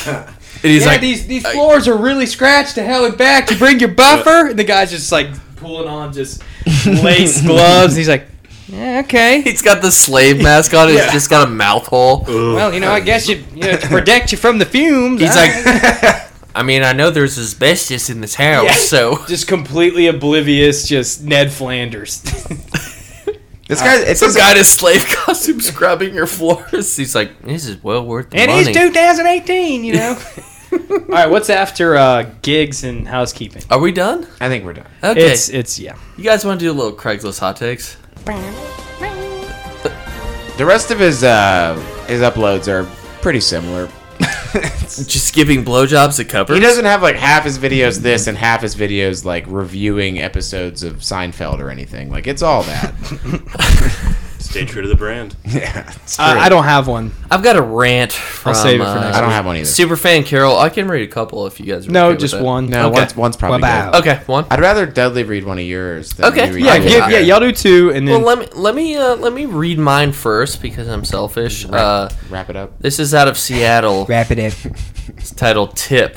B: he's
A: yeah,
B: like,
A: these these floors are really scratched to hell and back. You bring your buffer, and the guy's just like pulling on just *laughs*
D: *laughs*
A: lace gloves. And he's like, yeah, okay.
B: he's got the slave mask on. He's just got a mouth hole.
A: Well, you know, I guess you, you know, to protect you from the fumes.
B: He's
A: I- *laughs*
B: like, I mean, I know there's asbestos in this house,
A: Yeah.
B: so *laughs*
A: just completely oblivious, just Ned Flanders.
D: This guy, it's
B: some
D: this
B: guy in a slave *laughs* costume scrubbing your floors. He's like, this is well worth
A: *laughs*
B: the
A: and
B: money.
A: it's 2018, you know. *laughs* All right, what's after uh, gigs and housekeeping?
B: Are we done?
D: I think we're done.
B: Okay,
A: It's it's yeah.
B: you guys want to do a little Craigslist hot takes?
D: The rest of his uh his uploads are pretty similar.
B: Just giving blowjobs a cover.
D: He doesn't have like half his videos this and half his videos like reviewing episodes of Seinfeld or anything. Like it's all that.
C: Stay true to the brand.
D: yeah, it's true.
A: Uh, I don't have one.
B: I've got a rant from.
A: save it for next
D: I don't have one either.
B: Superfan Carol. I can read a couple if you guys. Are
A: No,
B: okay with
A: just
B: it.
A: one.
D: No,
A: Okay.
D: one's one's probably
A: Wow.
D: good.
B: Okay, one.
D: I'd rather Dudley read one of yours. Than
B: Okay,
D: you read
B: yeah,
D: yours.
A: Yeah, yeah, y'all do two, and
B: Well,
A: then
B: let me let me uh, let me read mine first because I'm selfish. Uh,
D: Wrap it up.
B: this is out of Seattle.
E: Wrap it up.
B: It's titled Tip.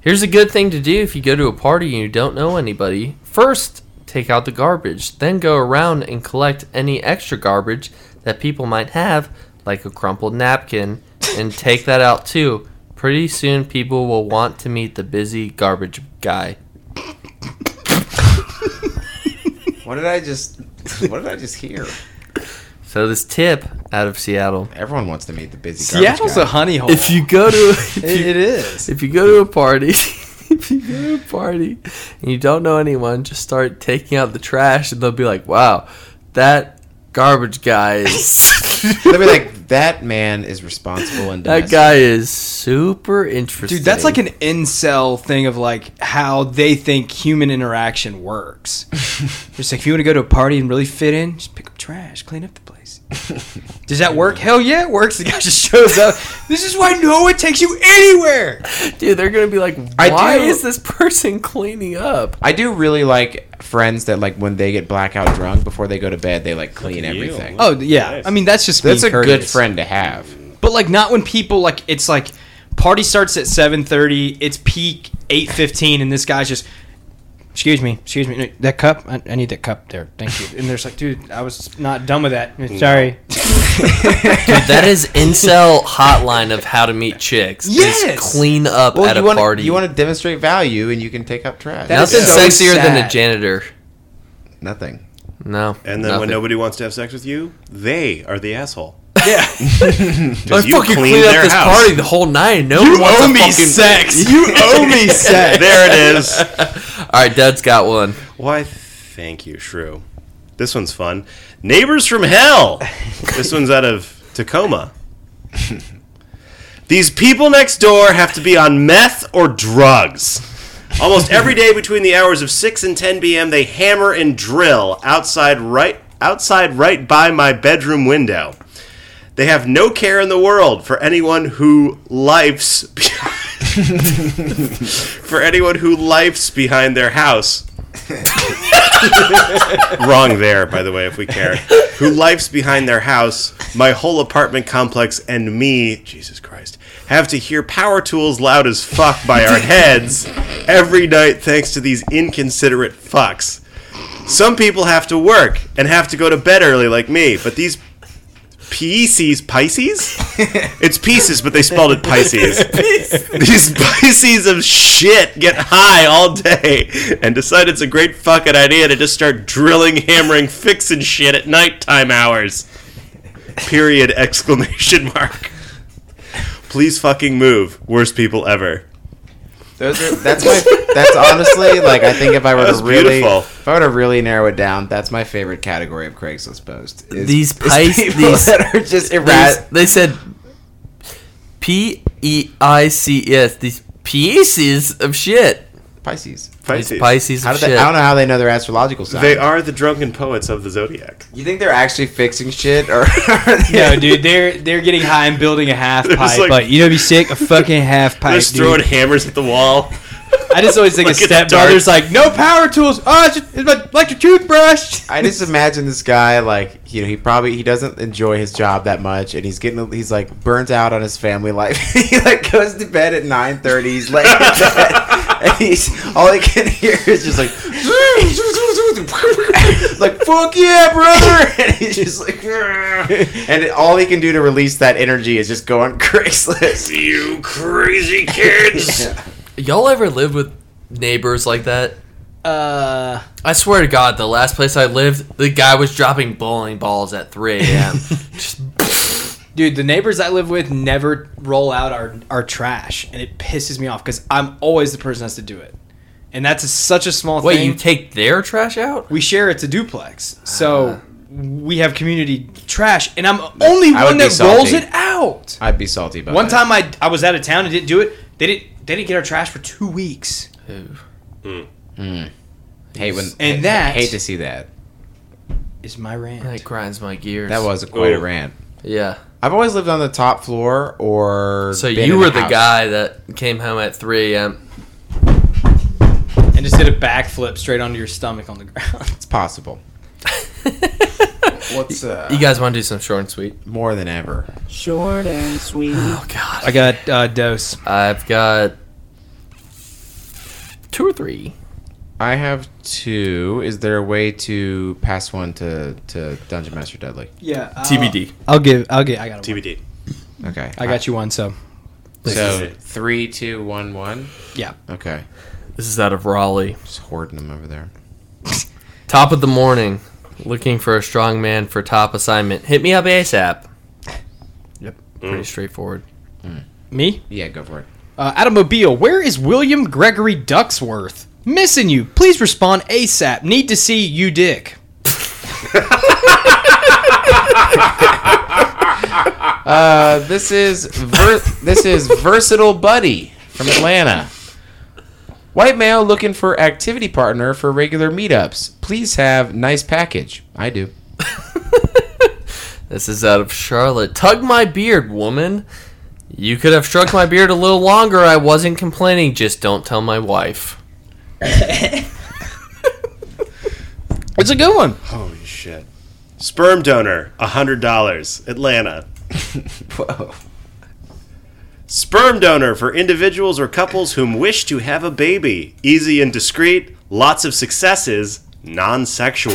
B: Here's a good thing to do if you go to a party and you don't know anybody. First, take out the garbage, then go around and collect any extra garbage that people might have, like a crumpled napkin, and take that out too. Pretty soon, people will want to meet the busy garbage guy.
D: What did I just? What did I just hear?
B: So, this tip out of Seattle.
D: Everyone wants to meet the busy. garbage
A: Seattle's
D: guy.
A: a honey hole.
D: *laughs*
B: If you go to
A: it, it is.
B: if you go to a party *laughs* if you go to a party and you don't know anyone, just start taking out the trash, and they'll be like, "Wow, that garbage guy *laughs* is
D: They'll be like, that man is responsible and
B: *laughs* that guy is super interesting."
A: Dude, that's like an incel thing of like how they think human interaction
D: *laughs*
A: works. It's like if you want to go to a party and really fit in, just pick up trash, clean up the place. Does that work? Hell yeah, it works. The guy just shows up. This is why no one takes you anywhere.
B: dude. They're gonna be like,
D: I
B: "Why
D: do-
B: is this person *laughs* cleaning up?"
D: I do really like friends that like when they get blackout drunk before they go to bed, they like clean
C: at you.
D: everything.
A: Oh yeah,
C: Nice.
A: I mean that's just
D: that's
A: being
D: a good
A: courteous.
D: friend to *laughs* have.
A: But like not when people like it's like party starts at seven thirty, it's peak eight fifteen, and this guy's just excuse me, excuse me, that cup, I, I need that cup there, thank you. And there's like, dude, I was not done with that. Sorry.
C: *laughs*
B: That is incel hotline of how to meet chicks. is
A: Yes!
B: clean up at
D: you
B: a
D: wanna,
B: party.
D: You want to demonstrate value, and you can take up trash.
A: That-
B: Nothing
A: That's so
B: sexier than a
A: sad.
B: janitor.
D: Nothing.
B: No.
C: And then when
B: nothing.
C: nobody wants to have sex with you, they are the asshole.
B: I
C: you
B: fucking
C: cleaned
B: cleaned up
C: their
B: this
C: house.
B: party the whole night. No you one owe me sex.
A: you owe
D: *laughs*
A: me sex.
C: There it is.
B: All right, Dud's got one.
C: Why, thank you, Shrew. This one's fun. Neighbors from Hell. This one's out of Tacoma. These people next door have to be on meth or drugs. Almost every day between the hours of 6 and 10 p.m., they hammer and drill outside right outside right by my bedroom window. They have no care in the world for anyone who life's *laughs* for anyone who life's behind their house wrong there, by the way, if we care. Who life's behind their house, my whole apartment complex, and me, Jesus Christ, have to hear power tools loud as fuck by our heads every night thanks to these inconsiderate fucks. Some people have to work and have to go to bed early, like me, but these Pisces, Pisces? It's Pieces, but they spelled it Pisces. *laughs* These Pisces of shit get high all day and decide it's a great fucking idea to just start drilling, hammering, fixing shit at nighttime hours. Period, *laughs* exclamation mark. Please fucking move. Worst people ever.
D: Those are, that's my. That's honestly like I think if I were
C: That was
D: to really,
C: beautiful.
D: if I were to really narrow it down, that's my favorite category of Craigslist post. Is,
B: These
D: is
B: pice-
D: people
B: these-
D: *laughs* that are just
B: These-
D: erratic.
B: They said P E I C S. These pieces of shit.
D: Pisces.
B: These Pisces
D: How
B: of
D: do they,
B: shit.
D: I don't know how they know their astrological sign.
C: They are the drunken poets of the zodiac.
D: You think they're actually fixing shit, or *laughs* are they-
A: No, dude, they're they're getting high and building a half
C: They're just
A: pipe.
C: like-
A: but you know, what'd be sick a fucking
C: *laughs*
A: half pipe.
C: Just
A: dude.
C: throwing hammers at the wall. *laughs*
A: I just always think of
C: Look at the
A: stepbrother's like no power tools. Oh, it's, just, it's my electric toothbrush.
D: I just imagine this guy like you know he probably he doesn't enjoy his job that much and he's getting he's like burnt out on his family life. *laughs* he like goes to bed at nine thirty. He's late in bed, *laughs* and he's all he can hear is just like *laughs* like fuck yeah brother *laughs* and he's just like and all he can do to release that energy is just go on *laughs* Craigslist.
C: You crazy kids!
D: *laughs*
B: Y'all ever live with neighbors like that?
A: Uh,
B: I swear to God, the last place I lived, the guy was dropping bowling balls at 3 a.m. *laughs* Just-
A: Dude, the neighbors I live with never roll out our, our trash, and it pisses me off because I'm always the person that has to do it, and that's a, such a small
B: wait,
A: thing.
B: you take their trash out?
A: we share it's a duplex, so we have community trash, and I'm only
D: I would
A: one
D: be
A: that rolls
D: salty.
A: it out.
D: I'd be salty about
A: One
D: that.
A: time I, I was out of town and didn't do it. They didn't they didn't get our trash for two weeks.
D: Hate when
A: And
D: hate-
A: that-
D: hate to see that.
A: Is my rant.
B: That grinds my gears.
D: That was quite
A: Oh.
D: a
C: Ooh.
D: rant.
B: Yeah.
D: I've always lived on the top floor or
B: So
D: been
B: you
D: in
B: were the
D: house.
B: guy that came home at 3 a.m. *laughs*
A: and just did a backflip straight onto your stomach on the *laughs* ground.
D: It's possible. What's uh,
B: You guys want to do some short and sweet?
D: more than ever?
L: Short and sweet.
B: Oh, God.
A: I got uh, dose.
B: I've got two or three.
D: I have two. Is there a way to pass one to to Dungeon Master Dudley?
A: Yeah. uh, I'll, give. I'll get. I got. One.
C: TBD.
D: Okay,
A: I got you one. So
D: So three, two, one, one.
A: Yeah.
D: Okay,
B: This is out of Raleigh.
D: just hoarding them over there.
B: Top of the morning. Looking for a strong man for top assignment. Hit me up ASAP. Yep. Pretty straightforward.
A: me.
D: Yeah, go for it.
A: Uh, Adam Mobile, where is William Gregory Ducksworth? Missing you. Please respond ASAP. Need to see you, Dick.
D: Uh, this is ver- *laughs* this is versatile buddy from Atlanta. White male looking for activity partner for regular meetups. Please have nice package. I do.
B: This is out of Charlotte. Tug my beard, woman. You could have struck my beard a little longer. I wasn't complaining. Just don't tell my wife. *laughs*
A: It's a good one.
C: Holy shit. Sperm donor, $100,
B: *laughs*
C: Atlanta.
D: Whoa.
C: Sperm donor for individuals or couples whom wish to have a baby. Easy and discreet, lots of successes,
B: *laughs*
C: non sexual.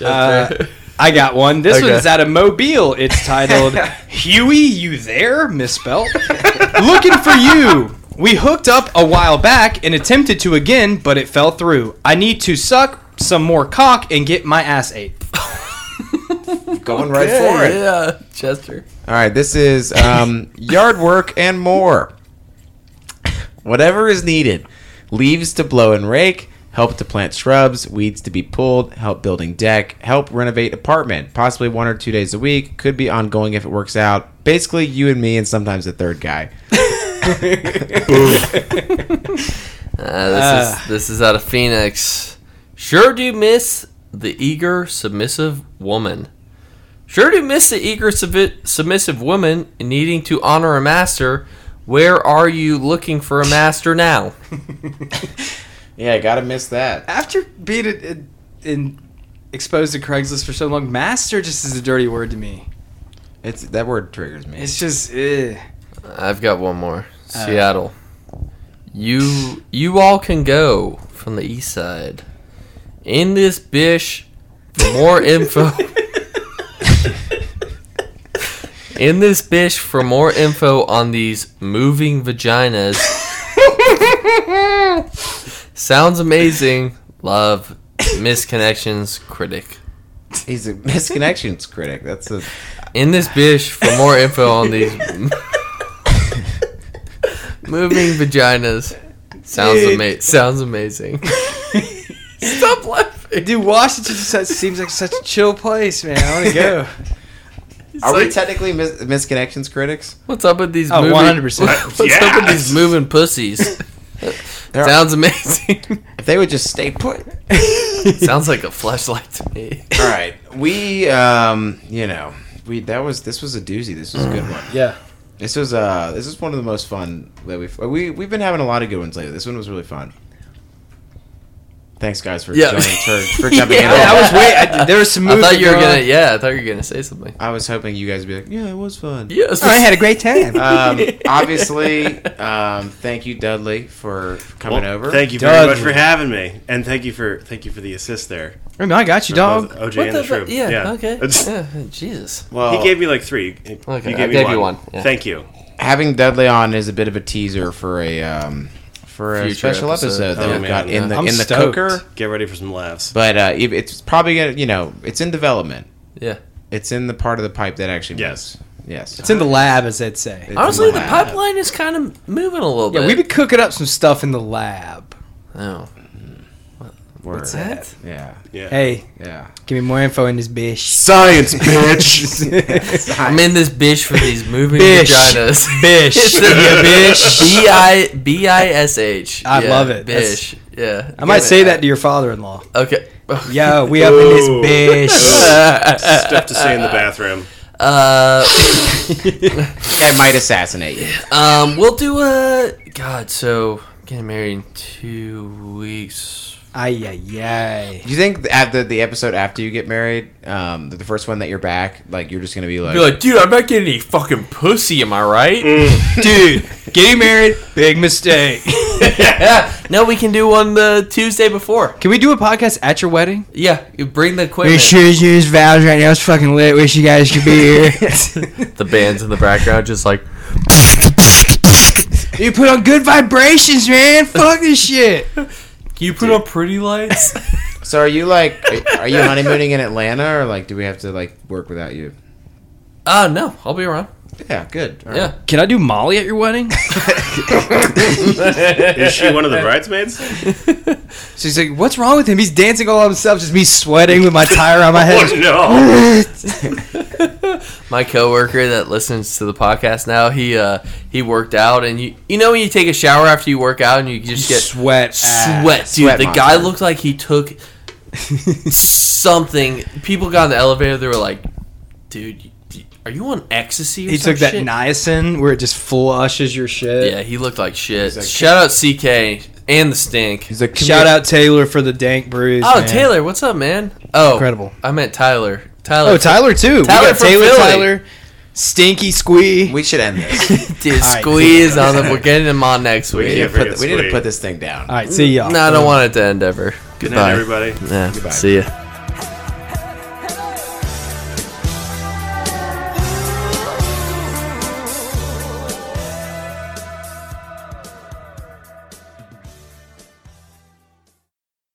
A: I got one. This one's out of Mobile. It's
E: *laughs*
A: titled Huey, You There? Misspelled. Looking for you. We hooked up a while back and attempted to again, but it fell through. I need to suck some more cock and get my ass ate.
D: Going right for it.
B: Yeah, Chester.
D: All right, this is um, yard work and more. Whatever is needed. Leaves to blow and rake, help to plant shrubs, weeds to be pulled, help building deck, help renovate apartment, possibly one or two days a week, could be ongoing if it works out. Basically, you and me, and sometimes a third guy.
B: Uh, this is this is out of Phoenix. Sure do miss the eager submissive woman. Sure do miss the eager subvi- submissive woman needing to honor a master. Where are you looking for a master now?
D: Yeah, gotta miss that.
E: After being in, in, exposed to Craigslist for so long, master just is a dirty word to me.
D: It's that word triggers me.
E: It's just, eh.
B: I've got one more. Seattle. You you all can go from the east side. In this bish for more info. In this bish for more info on these moving vaginas. Sounds amazing. Love misconnections critic.
D: He's a *laughs* misconnections critic. That's a
B: In this bish for more info on these moving vaginas. Sounds amazing. Sounds amazing. *laughs* Stop laughing.
E: Dude, Washington just seems like such a chill place, man. I want to go.
D: Are we
B: like-
D: technically mis- misconnections critics?
B: What's up with these?
E: Oh,
B: moving,
E: 100%.
B: *laughs* What's up with these moving pussies?
D: *laughs* They're-
B: Sounds amazing. *laughs*
D: If they would just stay put.
B: Sounds like a flashlight to me.
D: All right, we um, you know, we that was this was a doozy. This was a good one.
E: *laughs* Yeah.
D: This was uh, this is one of the most fun that we've we we've been having a lot of good ones lately. This one was really fun. Thanks guys for
B: Yeah.
D: jumping for, for jumping in.
B: Yeah.
E: I was waiting. There was some
B: I
E: moves.
B: thought you were gonna. Yeah, I thought you were gonna say something.
D: I was hoping you guys would be like, yeah, it
B: *laughs*
D: was fun.
B: Yes.
E: I had a great time.
D: Um, obviously, um, thank you Dudley for coming
C: Well,
D: over.
C: Thank you very much for
E: Dudley.
C: having me, and thank you for thank you for the assist there,
E: *laughs* no, I got you,
C: both
E: dog.
C: OJ
B: What
C: and the,
B: the?
C: troop.
B: fu-
E: *laughs*
B: Yeah,
C: *laughs*
B: Okay.
C: It's-
B: Yeah. Jesus.
D: Well,
C: he gave me like three. He-
B: Oh. Okay,
C: you
B: I
C: gave me
B: gave
C: one.
B: you one, yeah.
C: Thank you.
D: having Dudley on is a bit of a teaser for a um, for a
B: Future
D: special
B: episode.
D: episode, that
C: Oh,
D: we've
C: man,
D: got in
C: yeah.
D: the
E: I'm
D: in the
E: stoked.
D: cooker.
C: Get ready for some laughs.
D: But uh, it- it's probably gonna, you know, it's in development.
B: Yeah.
D: It's in the part of the pipe that actually
C: Yes.
D: moves. Yes.
E: It's in the lab, as they'd say.
B: Honestly, the
D: lab.
B: pipeline is kind of moving a little
E: Yeah,
B: bit.
E: we've been cooking up some stuff in the lab.
B: Oh.
D: What's
B: That?
D: Yeah.
C: yeah.
E: Hey,
D: Yeah.
E: give me more info in this bitch.
C: Science, bitch.
D: *laughs*
B: I'm in this bitch for these moving
E: Bish.
B: vaginas. *laughs*
E: *laughs* Bish. Yeah, *laughs* bish.
B: B I B I S H.
E: I love it.
B: Bish. yeah.
E: I might say that to your father-in-law. *laughs*
B: Okay.
E: Yo, we up in this
C: Ooh.
E: bitch.
C: Stuff to say in the bathroom.
B: *laughs* Uh,
E: *laughs*
D: I might assassinate you.
B: um, we'll do a God. So getting married in two weeks.
E: Ay, ay, ay.
D: Do you think th- at the, the episode after you get married, um, the, the first one that you're back, like you're just gonna be like,
B: Be like, dude, I'm not getting any fucking pussy. Am I right? *laughs*
E: Dude, getting married, big mistake.
B: No, we can do one the Tuesday before.
E: Can we do a podcast at your wedding?
B: Yeah, you bring the equipment.
E: as use vows right now. It's fucking lit. Wish you guys could
B: *laughs*
E: be here.
B: The bands in the background just like
E: you put on good vibrations, man. Fuck this shit.
B: Can you put on pretty *laughs* lights?
D: *laughs* so are you like, are, are you honeymooning in Atlanta, or like, do we have to like work without you?
B: Uh, no, I'll be around.
D: Yeah, good. All right.
B: Yeah.
A: Can I do Molly at your *laughs* wedding?
C: Is she one
B: *laughs*
C: of the bridesmaids?
A: She's like, what's wrong with him? He's dancing all by himself, just me sweating with my tie around my
C: Oh
A: *laughs* head.
B: *laughs*
C: no!
B: My coworker that listens to the podcast now, he uh he worked out and you you know when you take a shower after you work out and you just get
A: Sweat.
B: sweat, dude.
D: Sweat
B: the
D: monster.
B: guy looked like he took something. People got in the elevator. They were like, "Dude, you- you- are you on ecstasy?" Or
A: *laughs* He
B: some
A: took that
B: shit?
A: niacin where it just flushes your shit.
B: Yeah, he looked like shit. Shout out CK and the stink.
D: He's like, "Come
A: Shout
D: here."
A: out Taylor for the dank bruise.
B: Oh,
A: man.
B: Taylor, what's up, man? Oh,
A: Incredible.
B: I meant Tyler. Tyler.
A: Oh, Tyler too.
B: Tyler
A: we got
B: from
A: Taylor,
B: Philly.
A: Tyler, Stinky Squee. *laughs*
D: We should end this.
B: Dude,
A: right,
B: squeeze on the. We're getting him on next
D: we
B: week.
D: need, to
C: can't
D: put,
C: forget
D: we need to
C: Sweet.
D: put this thing down.
A: All right, see y'all.
B: No, I don't want it to end ever.
C: Good night,
B: Goodbye.
C: everybody.
B: Yeah, see ya.